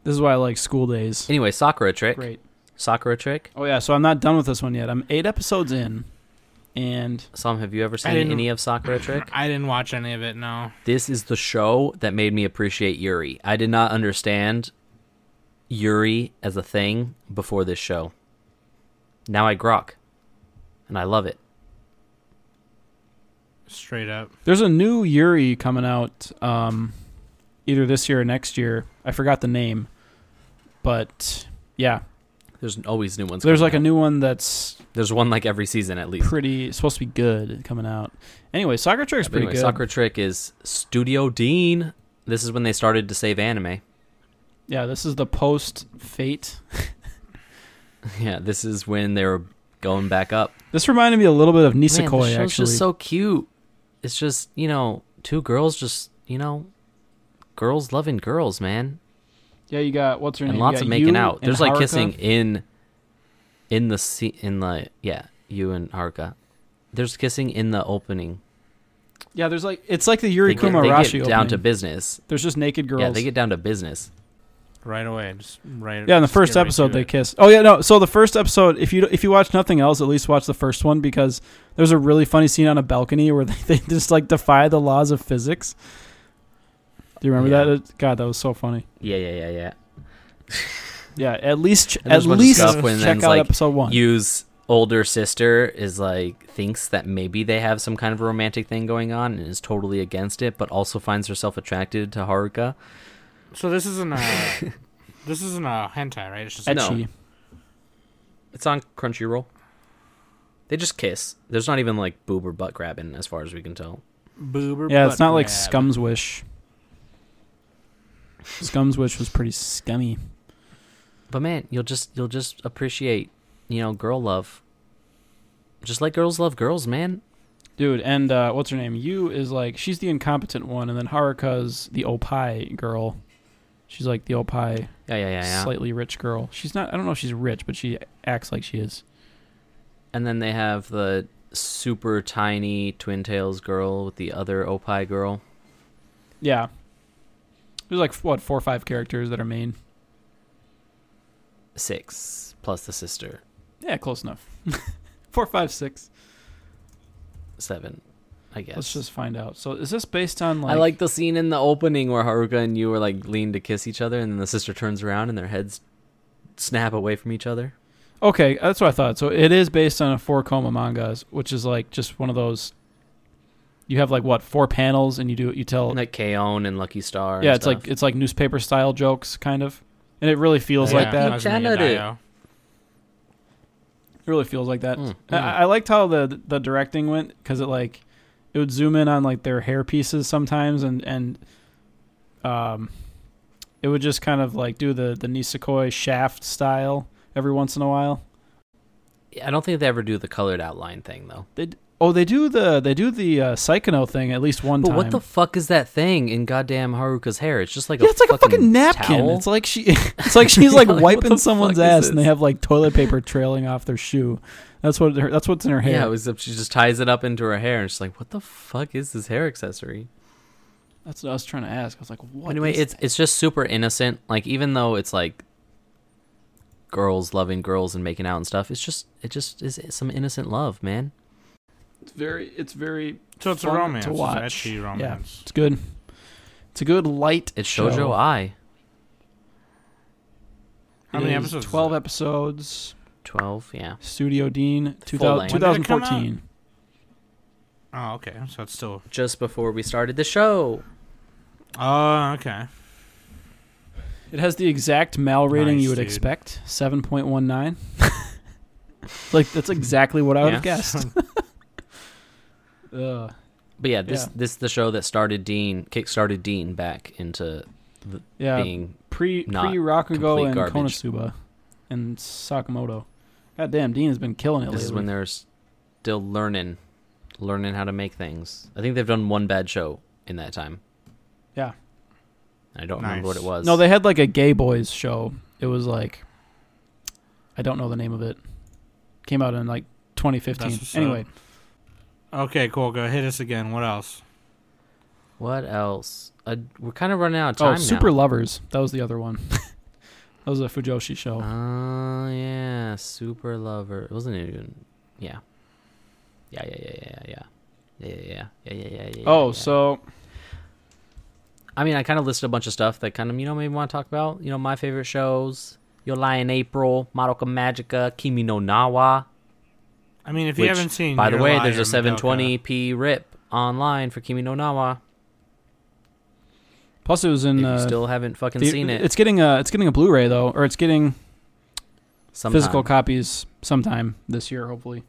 Speaker 3: this is why i like school days
Speaker 1: Anyway, Sakura trick.
Speaker 3: great
Speaker 1: Sakura trick.
Speaker 3: oh yeah so i'm not done with this one yet i'm eight episodes in and
Speaker 1: Sam, have you ever seen
Speaker 2: didn't-
Speaker 1: any of Sakura trick?
Speaker 2: I didn't watch any of it. No.
Speaker 1: this is the show that made me appreciate Yuri. I did not understand Yuri as a thing before this show. Now I grok, and I love it.
Speaker 2: Straight up.
Speaker 3: there's a new yuri coming out um either this year or next year i forgot the name but yeah
Speaker 1: There's always new ones.
Speaker 3: there's
Speaker 1: coming
Speaker 3: like a
Speaker 1: out.
Speaker 3: new one that's
Speaker 1: There's one like every season at least.
Speaker 3: pretty supposed to be good coming out. Anyway, Soccer Trick's
Speaker 1: But
Speaker 3: pretty
Speaker 1: anyway,
Speaker 3: good.
Speaker 1: Soccer Trick is Studio Dean. This is when they started to save anime. (laughs)
Speaker 3: Yeah, this is the post Fate. (laughs)
Speaker 1: Yeah, this is when they were going back up.
Speaker 3: This reminded me a little bit of
Speaker 1: Man, the
Speaker 3: Nisekoi
Speaker 1: show's
Speaker 3: actually.
Speaker 1: just so cute. It's just you know two girls just you know girls loving girls, man.
Speaker 3: yeah, you got what's her name?
Speaker 1: and
Speaker 3: You
Speaker 1: lots
Speaker 3: got
Speaker 1: of making
Speaker 3: Yu
Speaker 1: out.
Speaker 3: and
Speaker 1: There's like
Speaker 3: Haruka.
Speaker 1: kissing in in the se- in the yeah, you and Haruka. There's kissing in the opening.
Speaker 3: Yeah, there's like it's like the
Speaker 1: They
Speaker 3: Yuri
Speaker 1: get,
Speaker 3: Kuma
Speaker 1: they
Speaker 3: Rashi
Speaker 1: get down to
Speaker 3: opening.
Speaker 1: business.
Speaker 3: There's just naked girls.
Speaker 1: Yeah, they get down to business.
Speaker 2: Right away. Just right.
Speaker 3: Yeah, in the
Speaker 2: just
Speaker 3: first
Speaker 2: get right
Speaker 3: episode
Speaker 2: to
Speaker 3: they
Speaker 2: it.
Speaker 3: kiss. Oh yeah, no. So the first episode, if you if you watch nothing else, at least watch the first one because there's a really funny scene on a balcony where (laughs) they, they just like defy the laws of physics. Do you remember
Speaker 1: Yeah.
Speaker 3: that? God, that was so funny.
Speaker 1: Yeah, yeah, yeah, yeah.
Speaker 3: Yeah, at least ch-
Speaker 1: And
Speaker 3: at
Speaker 1: there's a bunch of
Speaker 3: least
Speaker 1: stuff when
Speaker 3: check out
Speaker 1: it's like,
Speaker 3: episode one.
Speaker 1: Yu's older sister is like thinks that maybe they have some kind of romantic thing going on and is totally against it, but also finds herself attracted to Haruka.
Speaker 2: So this isn't
Speaker 3: (laughs)
Speaker 2: a. this isn't a hentai, right? It's just.
Speaker 1: I
Speaker 2: Like,
Speaker 1: know.
Speaker 3: Etchy.
Speaker 1: It's on Crunchyroll. They just kiss. There's not even like boob or butt grabbing, as far as we can tell.
Speaker 2: boob or
Speaker 3: Yeah, it's
Speaker 2: butt
Speaker 3: not like
Speaker 2: grab.
Speaker 3: Scum's Wish. Scum's Wish was pretty scummy.
Speaker 1: But man, you'll just you'll just appreciate, you know, girl love. Just let girls love girls, man.
Speaker 3: Dude, and uh, what's her name? Yu is like she's the incompetent one, and then Haruka's the opai girl. She's like the opai,
Speaker 1: Yeah, yeah, yeah, yeah.
Speaker 3: slightly rich girl. She's not. I don't know if she's rich, but she acts like she is.
Speaker 1: And then they have the super tiny Twin Tails girl with the other Opie girl.
Speaker 3: Yeah. There's like what four or five characters that are main.
Speaker 1: Six plus the sister.
Speaker 3: Yeah, close enough. (laughs) four, five, six.
Speaker 1: Seven, I guess.
Speaker 3: Let's just find out. So is this based on like?
Speaker 1: I like the scene in the opening where Haruka and you were like leaned to kiss each other, and then the sister turns around and their heads snap away from each other.
Speaker 3: Okay, that's what I thought. So it is based on a four coma mangas, which is like just one of those. You have like what four panels, and you do you tell.
Speaker 1: Like Kaon and Lucky Star. and
Speaker 3: yeah, it's
Speaker 1: stuff.
Speaker 3: like it's like newspaper style jokes, kind of, and it really feels
Speaker 2: Yeah,
Speaker 3: like that.
Speaker 2: I was gonna get
Speaker 1: Janet.
Speaker 2: Dio.
Speaker 3: It really feels like that.
Speaker 1: Mm,
Speaker 3: I, I liked how the the directing went because it like it would zoom in on like their hair pieces sometimes, and and um, it would just kind of like do the the Nisekoi shaft style every once in a while.
Speaker 1: I don't think they ever do the colored outline thing though.
Speaker 3: They d- oh they do the they do the uh, Psychono thing at least one
Speaker 1: But
Speaker 3: time.
Speaker 1: what the fuck is that thing in goddamn Haruka's hair? It's just like
Speaker 3: yeah,
Speaker 1: a
Speaker 3: it's like
Speaker 1: fucking
Speaker 3: a fucking napkin.
Speaker 1: towel.
Speaker 3: It's
Speaker 1: (laughs)
Speaker 3: like she, (laughs) it's like she's like
Speaker 1: Yeah, like, what
Speaker 3: wiping
Speaker 1: the
Speaker 3: someone's
Speaker 1: fuck is
Speaker 3: ass, and they
Speaker 1: this?
Speaker 3: have like
Speaker 1: (laughs)
Speaker 3: toilet paper trailing off their shoe. That's what her, that's what's in her hair.
Speaker 1: Yeah, except she just ties it up into her hair, and she's like, "What the fuck is this hair accessory?"
Speaker 3: that's what I was trying to ask. I was like, what?
Speaker 1: anyway,
Speaker 3: is
Speaker 1: it's it's just super innocent. Like even though it's like girls loving girls and making out and stuff, it's just it just is some innocent love, man.
Speaker 3: it's very it's very
Speaker 2: So it's a
Speaker 3: fun to
Speaker 2: romance. It's
Speaker 3: watch.
Speaker 2: an ecchi
Speaker 3: Yeah.
Speaker 2: romance.
Speaker 3: It's good. It's a good light.
Speaker 1: It's
Speaker 3: show.
Speaker 1: shoujo I.
Speaker 2: How
Speaker 3: It
Speaker 2: many
Speaker 3: is
Speaker 2: episodes? is
Speaker 3: Twelve
Speaker 2: it?
Speaker 3: episodes.
Speaker 1: Twelve, yeah.
Speaker 3: Studio Dean,
Speaker 1: Full
Speaker 3: 2000,
Speaker 1: length.
Speaker 2: When did it come
Speaker 3: 2014.
Speaker 2: Oh, okay. So it's still.
Speaker 1: Just before we started the show,
Speaker 2: Oh, okay.
Speaker 3: It has the exact mal rating
Speaker 2: Nice,
Speaker 3: you would
Speaker 2: dude.
Speaker 3: expect, seven point one nine. (laughs) like that's exactly what I would have
Speaker 1: Yeah.
Speaker 2: (laughs)
Speaker 3: guessed. (laughs) Ugh.
Speaker 1: but yeah, this
Speaker 3: Yeah.
Speaker 1: this is the show that started Dean kickstarted Dean back into the,
Speaker 3: yeah,
Speaker 1: being
Speaker 3: pre pre
Speaker 1: not
Speaker 3: Rakugo
Speaker 1: complete
Speaker 3: and
Speaker 1: garbage.
Speaker 3: Konosuba and Sakamoto. God damn, Dean has been killing it
Speaker 1: this is
Speaker 3: lately.
Speaker 1: when they're still learning learning how to make things. I think they've done one bad show in that time.
Speaker 3: Yeah.
Speaker 1: I don't remember what
Speaker 2: Nice.
Speaker 1: it was.
Speaker 3: No, they had like a gay boys show. It was like I don't know the name of it. Came out in like 2015.
Speaker 2: That's what's
Speaker 3: Anyway,
Speaker 2: Okay, cool. Go hit us again. What else?
Speaker 1: What else? Uh, we're kind of running out of
Speaker 3: oh,
Speaker 1: time
Speaker 3: Super
Speaker 1: now.
Speaker 3: Lovers. That was the other one. (laughs) that was a Fujoshi show.
Speaker 1: Oh yeah, Super Lover. It wasn't even. Yeah. Yeah yeah yeah yeah yeah. Yeah yeah yeah yeah yeah yeah. yeah
Speaker 3: oh,
Speaker 1: yeah.
Speaker 3: so
Speaker 1: I mean, I kind of listed a bunch of stuff that kind of you know maybe want to talk about. You know, my favorite shows: Your Lion April, Madoka Magica, Kimi no Nawa.
Speaker 2: I mean, if you
Speaker 1: which,
Speaker 2: haven't seen,
Speaker 1: by the
Speaker 2: Your
Speaker 1: way,
Speaker 2: Lie
Speaker 1: there's
Speaker 2: or
Speaker 1: a
Speaker 2: Madoka-
Speaker 1: 720p rip online for Kimi no Nawa.
Speaker 3: plus it was in
Speaker 1: If
Speaker 3: uh,
Speaker 1: you still haven't fucking
Speaker 3: the-
Speaker 1: seen it,
Speaker 3: It's getting a it's getting a Blu-ray though, or it's getting
Speaker 1: sometime,
Speaker 3: physical copies sometime this year, hopefully.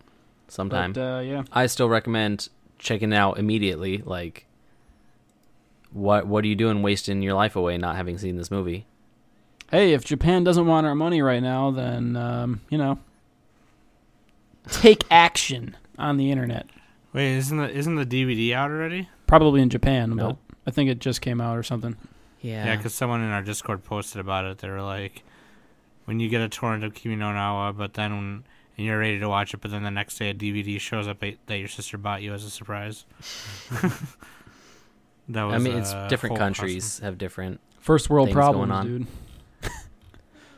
Speaker 1: sometime.
Speaker 3: But, uh, yeah.
Speaker 1: I still recommend checking it out immediately. Like, what what are you doing, wasting your life away, not having seen this movie?
Speaker 3: Hey, if Japan doesn't want our money right now, then um, you know, take action on the internet.
Speaker 2: Wait, isn't the isn't the DVD out already?
Speaker 3: Probably in Japan,
Speaker 1: Nope.
Speaker 3: but I think it just came out or something.
Speaker 1: Yeah,
Speaker 2: Yeah, because someone in our Discord posted about it. They were like, when you get a torrent of Kimi no Nawa, but then when, and you're ready to watch it, but then the next day a DVD shows up that that your sister bought you as a surprise. (laughs) that was.
Speaker 1: I mean, it's
Speaker 2: uh,
Speaker 1: different
Speaker 2: whole custom-
Speaker 1: countries have different.
Speaker 3: First world
Speaker 1: Things
Speaker 3: problems,
Speaker 1: going on. (laughs)
Speaker 3: dude.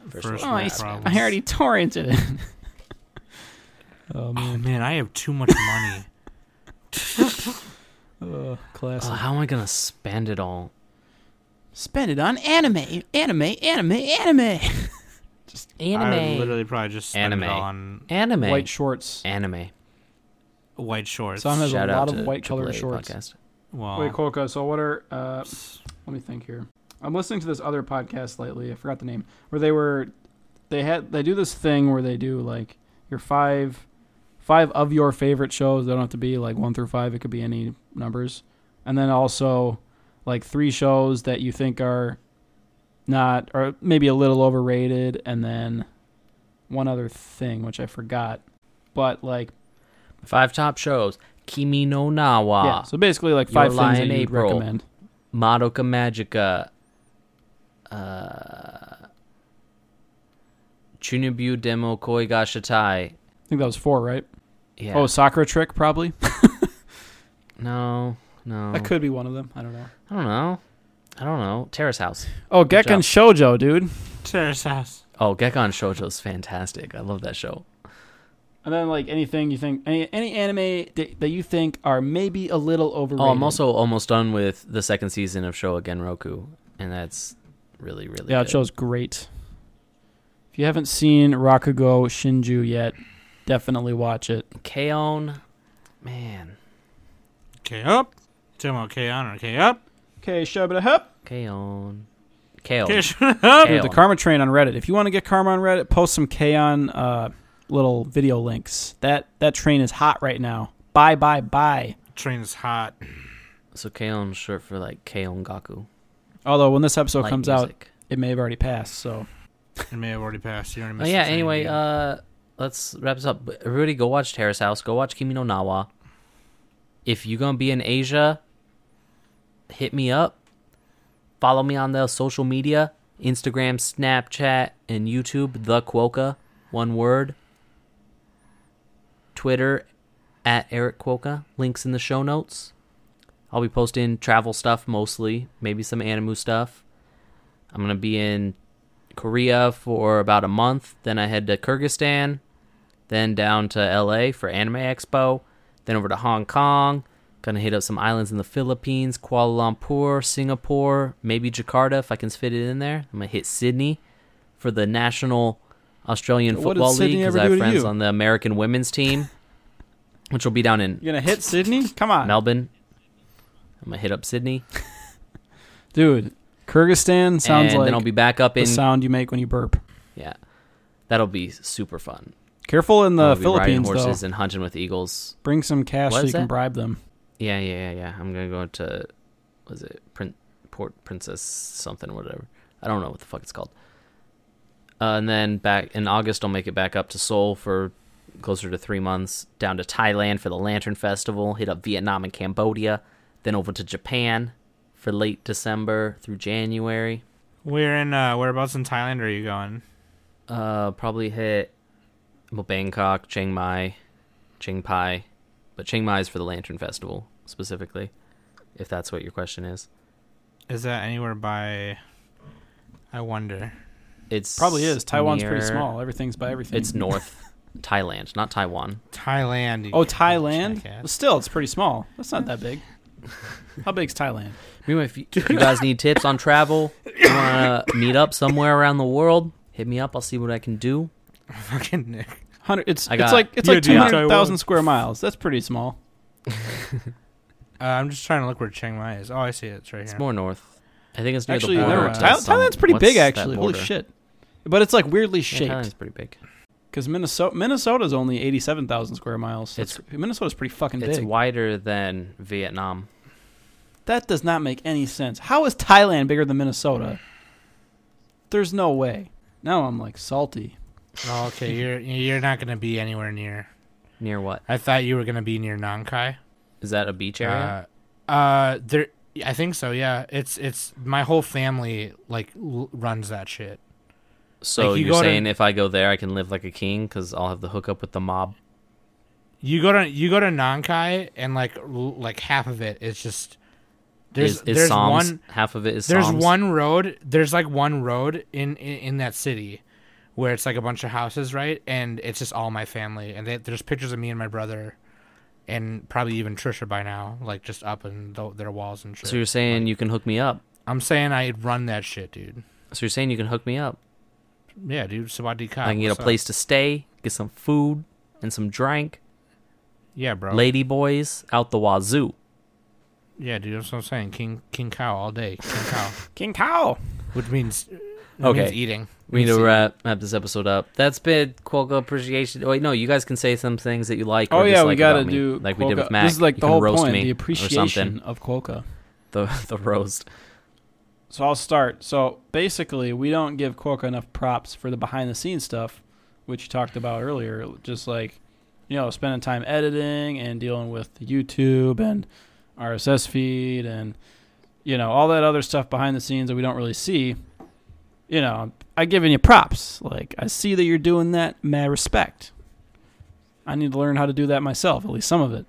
Speaker 1: First
Speaker 2: First
Speaker 1: world
Speaker 2: world
Speaker 1: problems.
Speaker 2: problems.
Speaker 3: Oh, I already torrented it.
Speaker 1: (laughs)
Speaker 3: oh
Speaker 2: Oh
Speaker 3: man,
Speaker 2: man, I have too much
Speaker 3: (laughs)
Speaker 2: money.
Speaker 3: uh,
Speaker 1: Oh,
Speaker 3: classic.
Speaker 1: how am I gonna spend it all?
Speaker 3: Spend it on anime, anime, anime, anime.
Speaker 2: I would
Speaker 1: Anime,
Speaker 2: literally probably just spend
Speaker 1: Anime.
Speaker 2: it all on
Speaker 1: anime,
Speaker 3: White shorts.
Speaker 1: anime.
Speaker 2: white shorts.
Speaker 3: Some has a
Speaker 1: Shout
Speaker 3: lot
Speaker 1: out
Speaker 3: of
Speaker 1: to
Speaker 3: white colored
Speaker 1: AAA
Speaker 3: shorts.
Speaker 1: Podcast.
Speaker 2: well,
Speaker 3: Wait, Kolka, so what are uh let me think here. I'm listening to this other podcast lately, I forgot the name, where they were they had they do this thing where they do like your five five of your favorite shows. They don't have to be like one through five, it could be any numbers. And then also like three shows that you think are not or maybe a little overrated and then one other thing which I forgot. But like
Speaker 1: Five top shows: Kimi no Nawa,
Speaker 3: yeah, so basically like five
Speaker 1: Ah. Your Lie
Speaker 3: things that
Speaker 1: in
Speaker 3: you'd
Speaker 1: April.
Speaker 3: recommend.
Speaker 1: Madoka Magica, uh, Chunibyo Demo Koi ga Shitai,
Speaker 3: I think that was four, right?
Speaker 1: Yeah.
Speaker 3: Oh, soccer trick probably. (laughs)
Speaker 1: no, no.
Speaker 3: That could be one of them. I don't know.
Speaker 1: I don't know. I don't know. Terrace House.
Speaker 3: Oh, Gekken Shoujo, dude.
Speaker 2: Terrace house.
Speaker 1: Oh, Gekon Shoujo's fantastic. I love that show.
Speaker 3: And then like anything you think any any anime that, that you think are maybe a little overrated.
Speaker 1: Oh, I'm also almost done with the second season of Showa Genroku, and that's really, really
Speaker 3: yeah,
Speaker 1: good.
Speaker 3: it show's great. If you haven't seen Rakugo Shinju yet, definitely watch it.
Speaker 1: Kaon, man,
Speaker 2: Okay, up. Talking about K on or K up.
Speaker 3: Okay, shove it a hup.
Speaker 1: Kaon, Kaon.
Speaker 2: K (laughs) up.
Speaker 1: Kaon.
Speaker 3: Dude, the Karma Train on Reddit. If you want to get Karma on Reddit, post some K on uh, little video links. That that train is hot right now. Bye bye bye.
Speaker 2: Train's hot.
Speaker 1: So Kaon's short for like Kaon Gaku.
Speaker 3: Although when this episode
Speaker 1: light
Speaker 3: comes out,
Speaker 1: music.
Speaker 3: it may have already passed. So
Speaker 2: It may have already passed. You already
Speaker 1: Oh
Speaker 2: missed
Speaker 1: yeah.
Speaker 2: the train
Speaker 1: Anyway,
Speaker 2: again.
Speaker 1: uh, let's wrap this up. But Everybody, go watch Terrace House. Go watch Kimi no Nawa. If you gonna be in Asia, hit me up. Follow me on the social media: Instagram, Snapchat, and YouTube. The Quoka, one word. Twitter, at Eric Quoka. Links in the show notes. I'll be posting travel stuff mostly, maybe some anime stuff. I'm gonna be in Korea for about a month. Then I head to Kyrgyzstan, then down to LA for Anime Expo, then over to Hong Kong. Gonna hit up some islands in the Philippines, Kuala Lumpur, Singapore, maybe Jakarta if I can fit it in there. I'm gonna hit Sydney for the National Australian
Speaker 3: What did
Speaker 1: Football League
Speaker 3: Sydney
Speaker 1: because
Speaker 3: ever
Speaker 1: I have
Speaker 3: do to
Speaker 1: friends
Speaker 3: you?
Speaker 1: on the American women's team, which will be down
Speaker 3: (laughs)
Speaker 1: in
Speaker 3: you're gonna hit Sydney? Come on,
Speaker 1: Melbourne. I'm gonna hit up Sydney,
Speaker 3: dude. Kyrgyzstan sounds
Speaker 1: and
Speaker 3: like
Speaker 1: then I'll be back up
Speaker 3: the
Speaker 1: in.
Speaker 3: sound you make when you burp.
Speaker 1: Yeah, that'll be super fun.
Speaker 3: Careful in
Speaker 1: I'll
Speaker 3: the
Speaker 1: be riding
Speaker 3: Philippines though.
Speaker 1: horses and hunting with eagles.
Speaker 3: Bring some cash
Speaker 1: What
Speaker 3: so
Speaker 1: is
Speaker 3: you can
Speaker 1: that?
Speaker 3: bribe them.
Speaker 1: Yeah, yeah, yeah, yeah. I'm gonna go to, was it Prin- Port Princess something, whatever. I don't know what the fuck it's called. Uh, and then back in August, I'll make it back up to Seoul for closer to three months. Down to Thailand for the Lantern Festival. Hit up Vietnam and Cambodia. Then over to Japan for late December through January.
Speaker 2: Where in uh, whereabouts in Thailand are you going?
Speaker 1: Uh, probably hit well, Bangkok, Chiang Mai, Chiang Pai, but Chiang Mai is for the Lantern Festival specifically, if that's what your question is.
Speaker 2: Is that anywhere by? I wonder.
Speaker 1: It's
Speaker 3: Probably is. Taiwan's pretty
Speaker 1: near-
Speaker 3: small. Everything's by everything.
Speaker 1: It's north Thailand, not
Speaker 3: (laughs)
Speaker 1: Taiwan.
Speaker 2: Thailand. you
Speaker 3: Oh,
Speaker 2: can't
Speaker 3: Thailand?
Speaker 2: check it.
Speaker 3: Still, it's pretty small. That's not that big.
Speaker 1: (laughs)
Speaker 3: How big's Thailand?
Speaker 1: Anyway, if you, if you guys need tips on travel, you want to meet up somewhere around the world, hit me up. I'll see what I can do.
Speaker 2: (laughs) Fucking Nick.
Speaker 3: Hundred. It's
Speaker 1: I
Speaker 3: it's
Speaker 1: got-
Speaker 3: like it's
Speaker 2: Yeah,
Speaker 3: like
Speaker 2: dude,
Speaker 3: two
Speaker 2: Taiwan.
Speaker 3: hundred thousand square miles. That's pretty small.
Speaker 2: Uh, I'm just trying to look where Chiang Mai is. Oh, I see it. It's right
Speaker 1: It's
Speaker 2: here.
Speaker 1: more north. I think it's near
Speaker 3: Actually,
Speaker 1: the
Speaker 3: never
Speaker 1: border.
Speaker 3: mind.
Speaker 1: to
Speaker 3: Thailand,
Speaker 1: some-
Speaker 3: Thailand's pretty
Speaker 1: what's
Speaker 3: big.
Speaker 1: that
Speaker 3: Actually, holy
Speaker 1: border?
Speaker 3: shit! But it's like weirdly
Speaker 1: Yeah,
Speaker 3: shaped
Speaker 1: Thailand's pretty big.
Speaker 3: because Minnesota Minnesota's only eighty seven thousand square miles. That's,
Speaker 1: It's-
Speaker 3: Minnesota's pretty fucking
Speaker 1: It's
Speaker 3: big.
Speaker 1: wider than Vietnam.
Speaker 3: that does not make any sense. How is Thailand bigger than Minnesota? There's no way. Now I'm like salty.
Speaker 2: Oh, okay, you're you're not gonna be anywhere near.
Speaker 1: Near what?
Speaker 2: I thought you were gonna be near Nankai.
Speaker 1: Is that a beach area?
Speaker 2: Uh, uh, there. I think so. Yeah, it's it's my whole family like l- runs that shit.
Speaker 1: So
Speaker 2: Like, you
Speaker 1: you are
Speaker 2: go to-
Speaker 1: saying if I go there, I can live like a king because I'll have the hookup with the mob.
Speaker 2: You go to you go to Nankai and like l- like half of it is just there's
Speaker 1: is is
Speaker 2: there's
Speaker 1: Psalms
Speaker 2: one
Speaker 1: half of it is
Speaker 2: there's
Speaker 1: Psalms?
Speaker 2: one road there's like one road in, in in that city where it's like a bunch of houses right and it's just all my family and they, there's pictures of me and my brother and probably even Trisha by now like just up in the, their walls and shit.
Speaker 1: So you're saying you can hook me up?
Speaker 2: I'm saying I'd run that shit, dude.
Speaker 1: So you're saying you can hook me up?
Speaker 2: Yeah, dude. Sawadee Ka.
Speaker 1: I can get a
Speaker 2: what's up?
Speaker 1: place to stay, get some food and some drink.
Speaker 2: Yeah, bro.
Speaker 1: Lady boys out the wazoo.
Speaker 2: Yeah, dude. That's what I'm saying. King King Cow all day. King Cow,
Speaker 3: King Cow.
Speaker 2: which means it
Speaker 1: (laughs) Okay.
Speaker 2: means eating.
Speaker 1: We need
Speaker 2: Means
Speaker 1: to
Speaker 2: eating.
Speaker 1: wrap, wrap this episode up. That's been Quoka appreciation. Wait, no, you guys can say some things that you like.
Speaker 3: Oh
Speaker 1: or
Speaker 3: yeah, we
Speaker 1: dislike
Speaker 3: gotta
Speaker 1: about me,
Speaker 3: do
Speaker 1: like we did
Speaker 3: Quokka.
Speaker 1: with Matt.
Speaker 3: This is like
Speaker 1: you
Speaker 3: the
Speaker 1: can
Speaker 3: whole
Speaker 1: roast
Speaker 3: point,
Speaker 1: me
Speaker 3: the
Speaker 1: or
Speaker 3: appreciation
Speaker 1: something.
Speaker 3: of Quokka.
Speaker 1: (laughs) The the roast.
Speaker 3: So I'll start. So basically, we don't give Quokka enough props for the behind the scenes stuff, which you talked about earlier. Just like, you know, spending time editing and dealing with YouTube and RSS feed and, you know, all that other stuff behind the scenes that we don't really see. You know, i giving you props. Like, I see that you're doing that. Mad respect. I need to learn how to do that myself, at least some of it.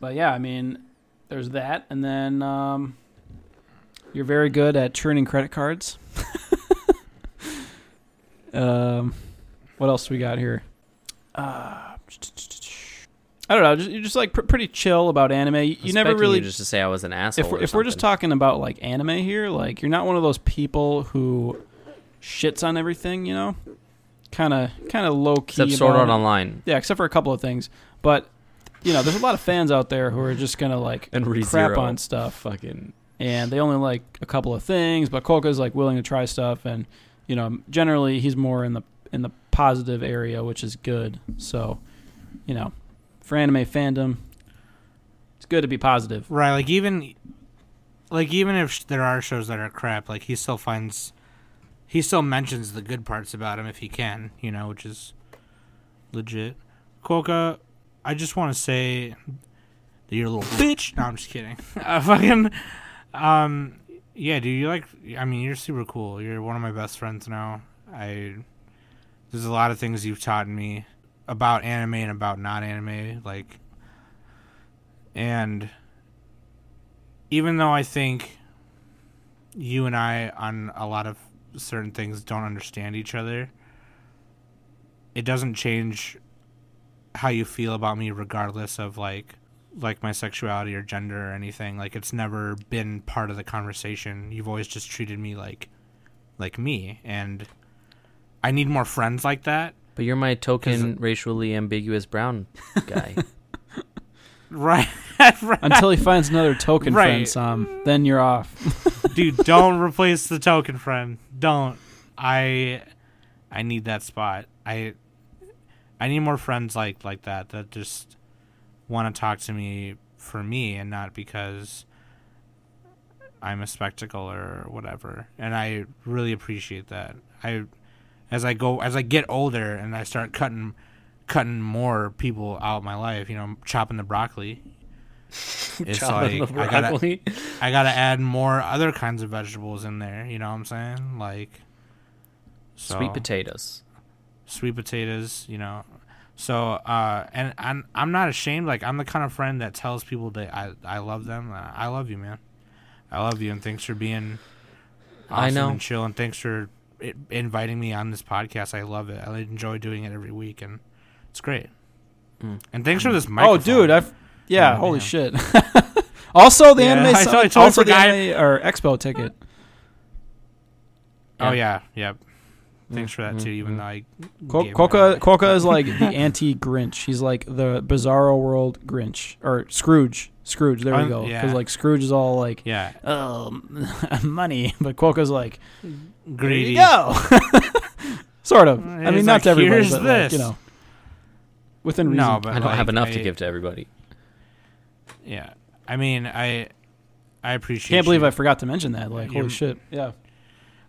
Speaker 3: But yeah, I mean, there's that, and then um, you're very good at churning credit cards. (laughs) um, what else we got here? Uh, I don't know. Just, you're just like pr- pretty chill about anime. You, you never
Speaker 1: Expecting
Speaker 3: really
Speaker 1: you just to say I was an asshole.
Speaker 3: if
Speaker 1: or
Speaker 3: we're, if we're just
Speaker 1: something.
Speaker 3: talking about like anime here, like you're not one of those people who shits on everything, you know. Kind of, kind of low key.
Speaker 1: except Sword
Speaker 3: about
Speaker 1: Art
Speaker 3: it.
Speaker 1: Online
Speaker 3: Yeah, except for a couple of things, but you know, there's a lot of fans out there who are just gonna like
Speaker 1: and ReZero.
Speaker 3: crap on stuff,
Speaker 1: fucking
Speaker 3: and they only like a couple of things. But Kolka's like willing to try stuff, and you know, generally he's more in the in the positive area, which is good. So, you know, for anime fandom, it's good to be positive.
Speaker 2: Right, like even like even if sh- there are shows that are crap, like he still finds he still mentions the good parts about him if he can, you know, which is legit. Quokka, I just want to say that you're a little bitch. No, I'm just kidding. (laughs) uh, fucking um yeah, dude, you like I mean, you're super cool. You're one of my best friends now. I there's a lot of things you've taught me about anime and about not anime, like and even though I think you and I on a lot of certain things don't understand each other, it doesn't change how you feel about me regardless of like like my sexuality or gender or anything. Like it's never been part of the conversation. You've always just treated me like like me and I need more friends like that. (laughs)
Speaker 1: But you're my token racially ambiguous brown (laughs) guy.
Speaker 2: Right.
Speaker 3: Until he finds another token
Speaker 2: Right.
Speaker 3: friend, Sam, then you're off.
Speaker 2: dude don't replace the token friend don't i i need that spot i i need more friends like like that that just want to talk to me for me and not because i'm a spectacle or whatever and i really appreciate that i as i go as i get older and i start cutting cutting more people out of my life you know chopping
Speaker 1: (laughs)
Speaker 2: the broccoli it's
Speaker 1: Chopping
Speaker 2: like
Speaker 1: the (laughs)
Speaker 2: I gotta,
Speaker 1: broccoli.
Speaker 2: I gotta add more other kinds of vegetables in there. You know what I'm saying? Like so,
Speaker 1: Sweet potatoes.
Speaker 2: sweet potatoes. You know, so uh, and I'm I'm not ashamed. Like I'm the kind of friend that tells people that I I love them. Uh, I love you, man. I love you, and thanks for being. Awesome
Speaker 1: I know.
Speaker 2: And chill, and thanks for i inviting me on this podcast. I love it. I enjoy doing it every week, and it's great. And thanks for this microphone.
Speaker 3: oh, dude, I've
Speaker 2: Oh,
Speaker 3: yeah, holy
Speaker 2: damn.
Speaker 3: (laughs) shit. also the
Speaker 2: Yeah,
Speaker 3: anime,
Speaker 2: I totally- totally
Speaker 3: also the
Speaker 2: forgot.
Speaker 3: anime or expo ticket.
Speaker 2: Oh yeah, yep. Thanks for that too. Even though I
Speaker 3: Ko-
Speaker 2: gave it
Speaker 3: Coca
Speaker 2: away.
Speaker 3: Coca is like (laughs) the anti Grinch. He's like the Bizarro World Grinch or Scrooge. Scrooge. There we
Speaker 2: Um,
Speaker 3: go. Because
Speaker 2: yeah.
Speaker 3: like Scrooge is all like,
Speaker 2: Yeah,
Speaker 3: oh, (laughs) money, but Quokka's like, there
Speaker 2: greedy.
Speaker 3: you go. (laughs) sort of. I
Speaker 2: He's
Speaker 3: mean,
Speaker 2: like,
Speaker 3: not to everybody,
Speaker 2: "Here's
Speaker 3: but like,
Speaker 2: this."
Speaker 3: you know, within reason.
Speaker 2: No, but
Speaker 1: I don't
Speaker 2: like,
Speaker 1: have enough to
Speaker 2: I-
Speaker 1: give to everybody.
Speaker 2: Yeah, I mean, I I appreciate.
Speaker 3: Can't believe
Speaker 2: you.
Speaker 3: I forgot to mention that. Like, holy
Speaker 2: You're-
Speaker 3: shit. Yeah.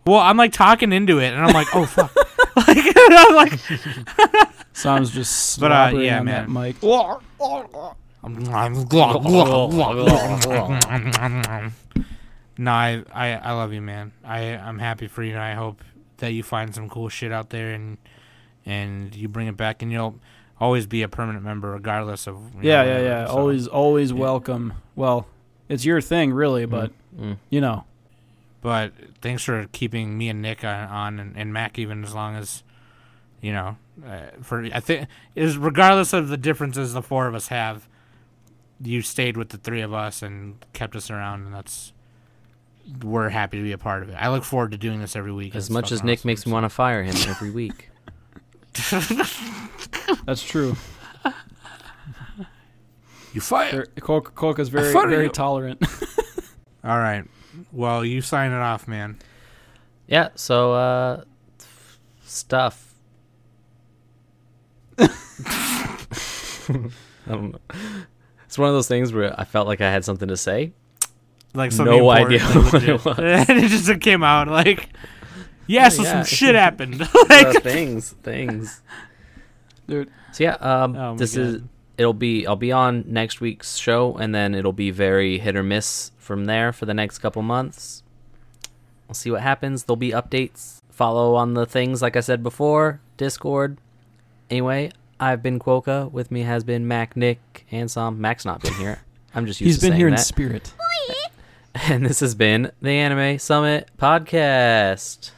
Speaker 2: Well, I'm like talking into it, and I'm like, oh
Speaker 3: (laughs)
Speaker 2: fuck. like, I'm like,
Speaker 3: Sam's
Speaker 2: (laughs)
Speaker 3: just
Speaker 2: But, uh,
Speaker 3: slobbering
Speaker 2: yeah,
Speaker 3: on
Speaker 2: man.
Speaker 3: that mic.
Speaker 2: no, I, I I love you, man. I I'm happy for you, and I hope that you find some cool shit out there, and and you bring it back, and you'll always be a permanent member, regardless of. you know,
Speaker 3: Yeah, yeah,
Speaker 2: whatever,
Speaker 3: yeah.
Speaker 2: so.
Speaker 3: Always, always welcome. Well, it's your thing, really, but
Speaker 1: mm.
Speaker 3: you know,
Speaker 2: But thanks for keeping me and Nick on, on and, and Mac even as long as, you know, uh, for I think is regardless of the differences the four of us have, you stayed with the three of us and kept us around, and that's we're happy to be a part of it. I look forward to doing this every week.
Speaker 1: As
Speaker 2: It's
Speaker 1: much as
Speaker 2: fucking
Speaker 1: Nick
Speaker 2: awesome.
Speaker 1: makes me want to fire him every week. (laughs)
Speaker 3: that's true.
Speaker 2: you fire.
Speaker 3: They're- Coca Coca's very,
Speaker 2: thought
Speaker 3: very
Speaker 2: you-
Speaker 3: tolerant.
Speaker 2: All right, well you sign it off, man.
Speaker 1: Yeah, so uh (laughs) stuff. I don't know. It's one of those things where I felt like I had something to say.
Speaker 2: Like
Speaker 1: No
Speaker 2: something important,
Speaker 1: idea (laughs)
Speaker 2: like,
Speaker 1: what it
Speaker 2: legit. and (laughs) it just came out like, (laughs) yeah, so
Speaker 1: yeah.
Speaker 2: some shit happened. (laughs)
Speaker 1: Uh,
Speaker 2: like,
Speaker 1: things, things.
Speaker 3: Dude.
Speaker 1: So yeah, um,
Speaker 2: Oh my
Speaker 1: this is
Speaker 2: God.
Speaker 1: it'll be I'll be on next week's show, and then it'll be very hit or miss from there for the next couple months. We'll see what happens. There'll be updates. Follow on the things like I said before. Discord. Anyway, I've been Quoka. With me has been Mac, Nick, and Sam. Mac's not been here. I'm just used
Speaker 3: (laughs) He's
Speaker 1: to
Speaker 3: been
Speaker 1: saying
Speaker 3: here in
Speaker 1: that.
Speaker 3: spirit.
Speaker 1: (laughs) and this has been the Anime Summit Podcast.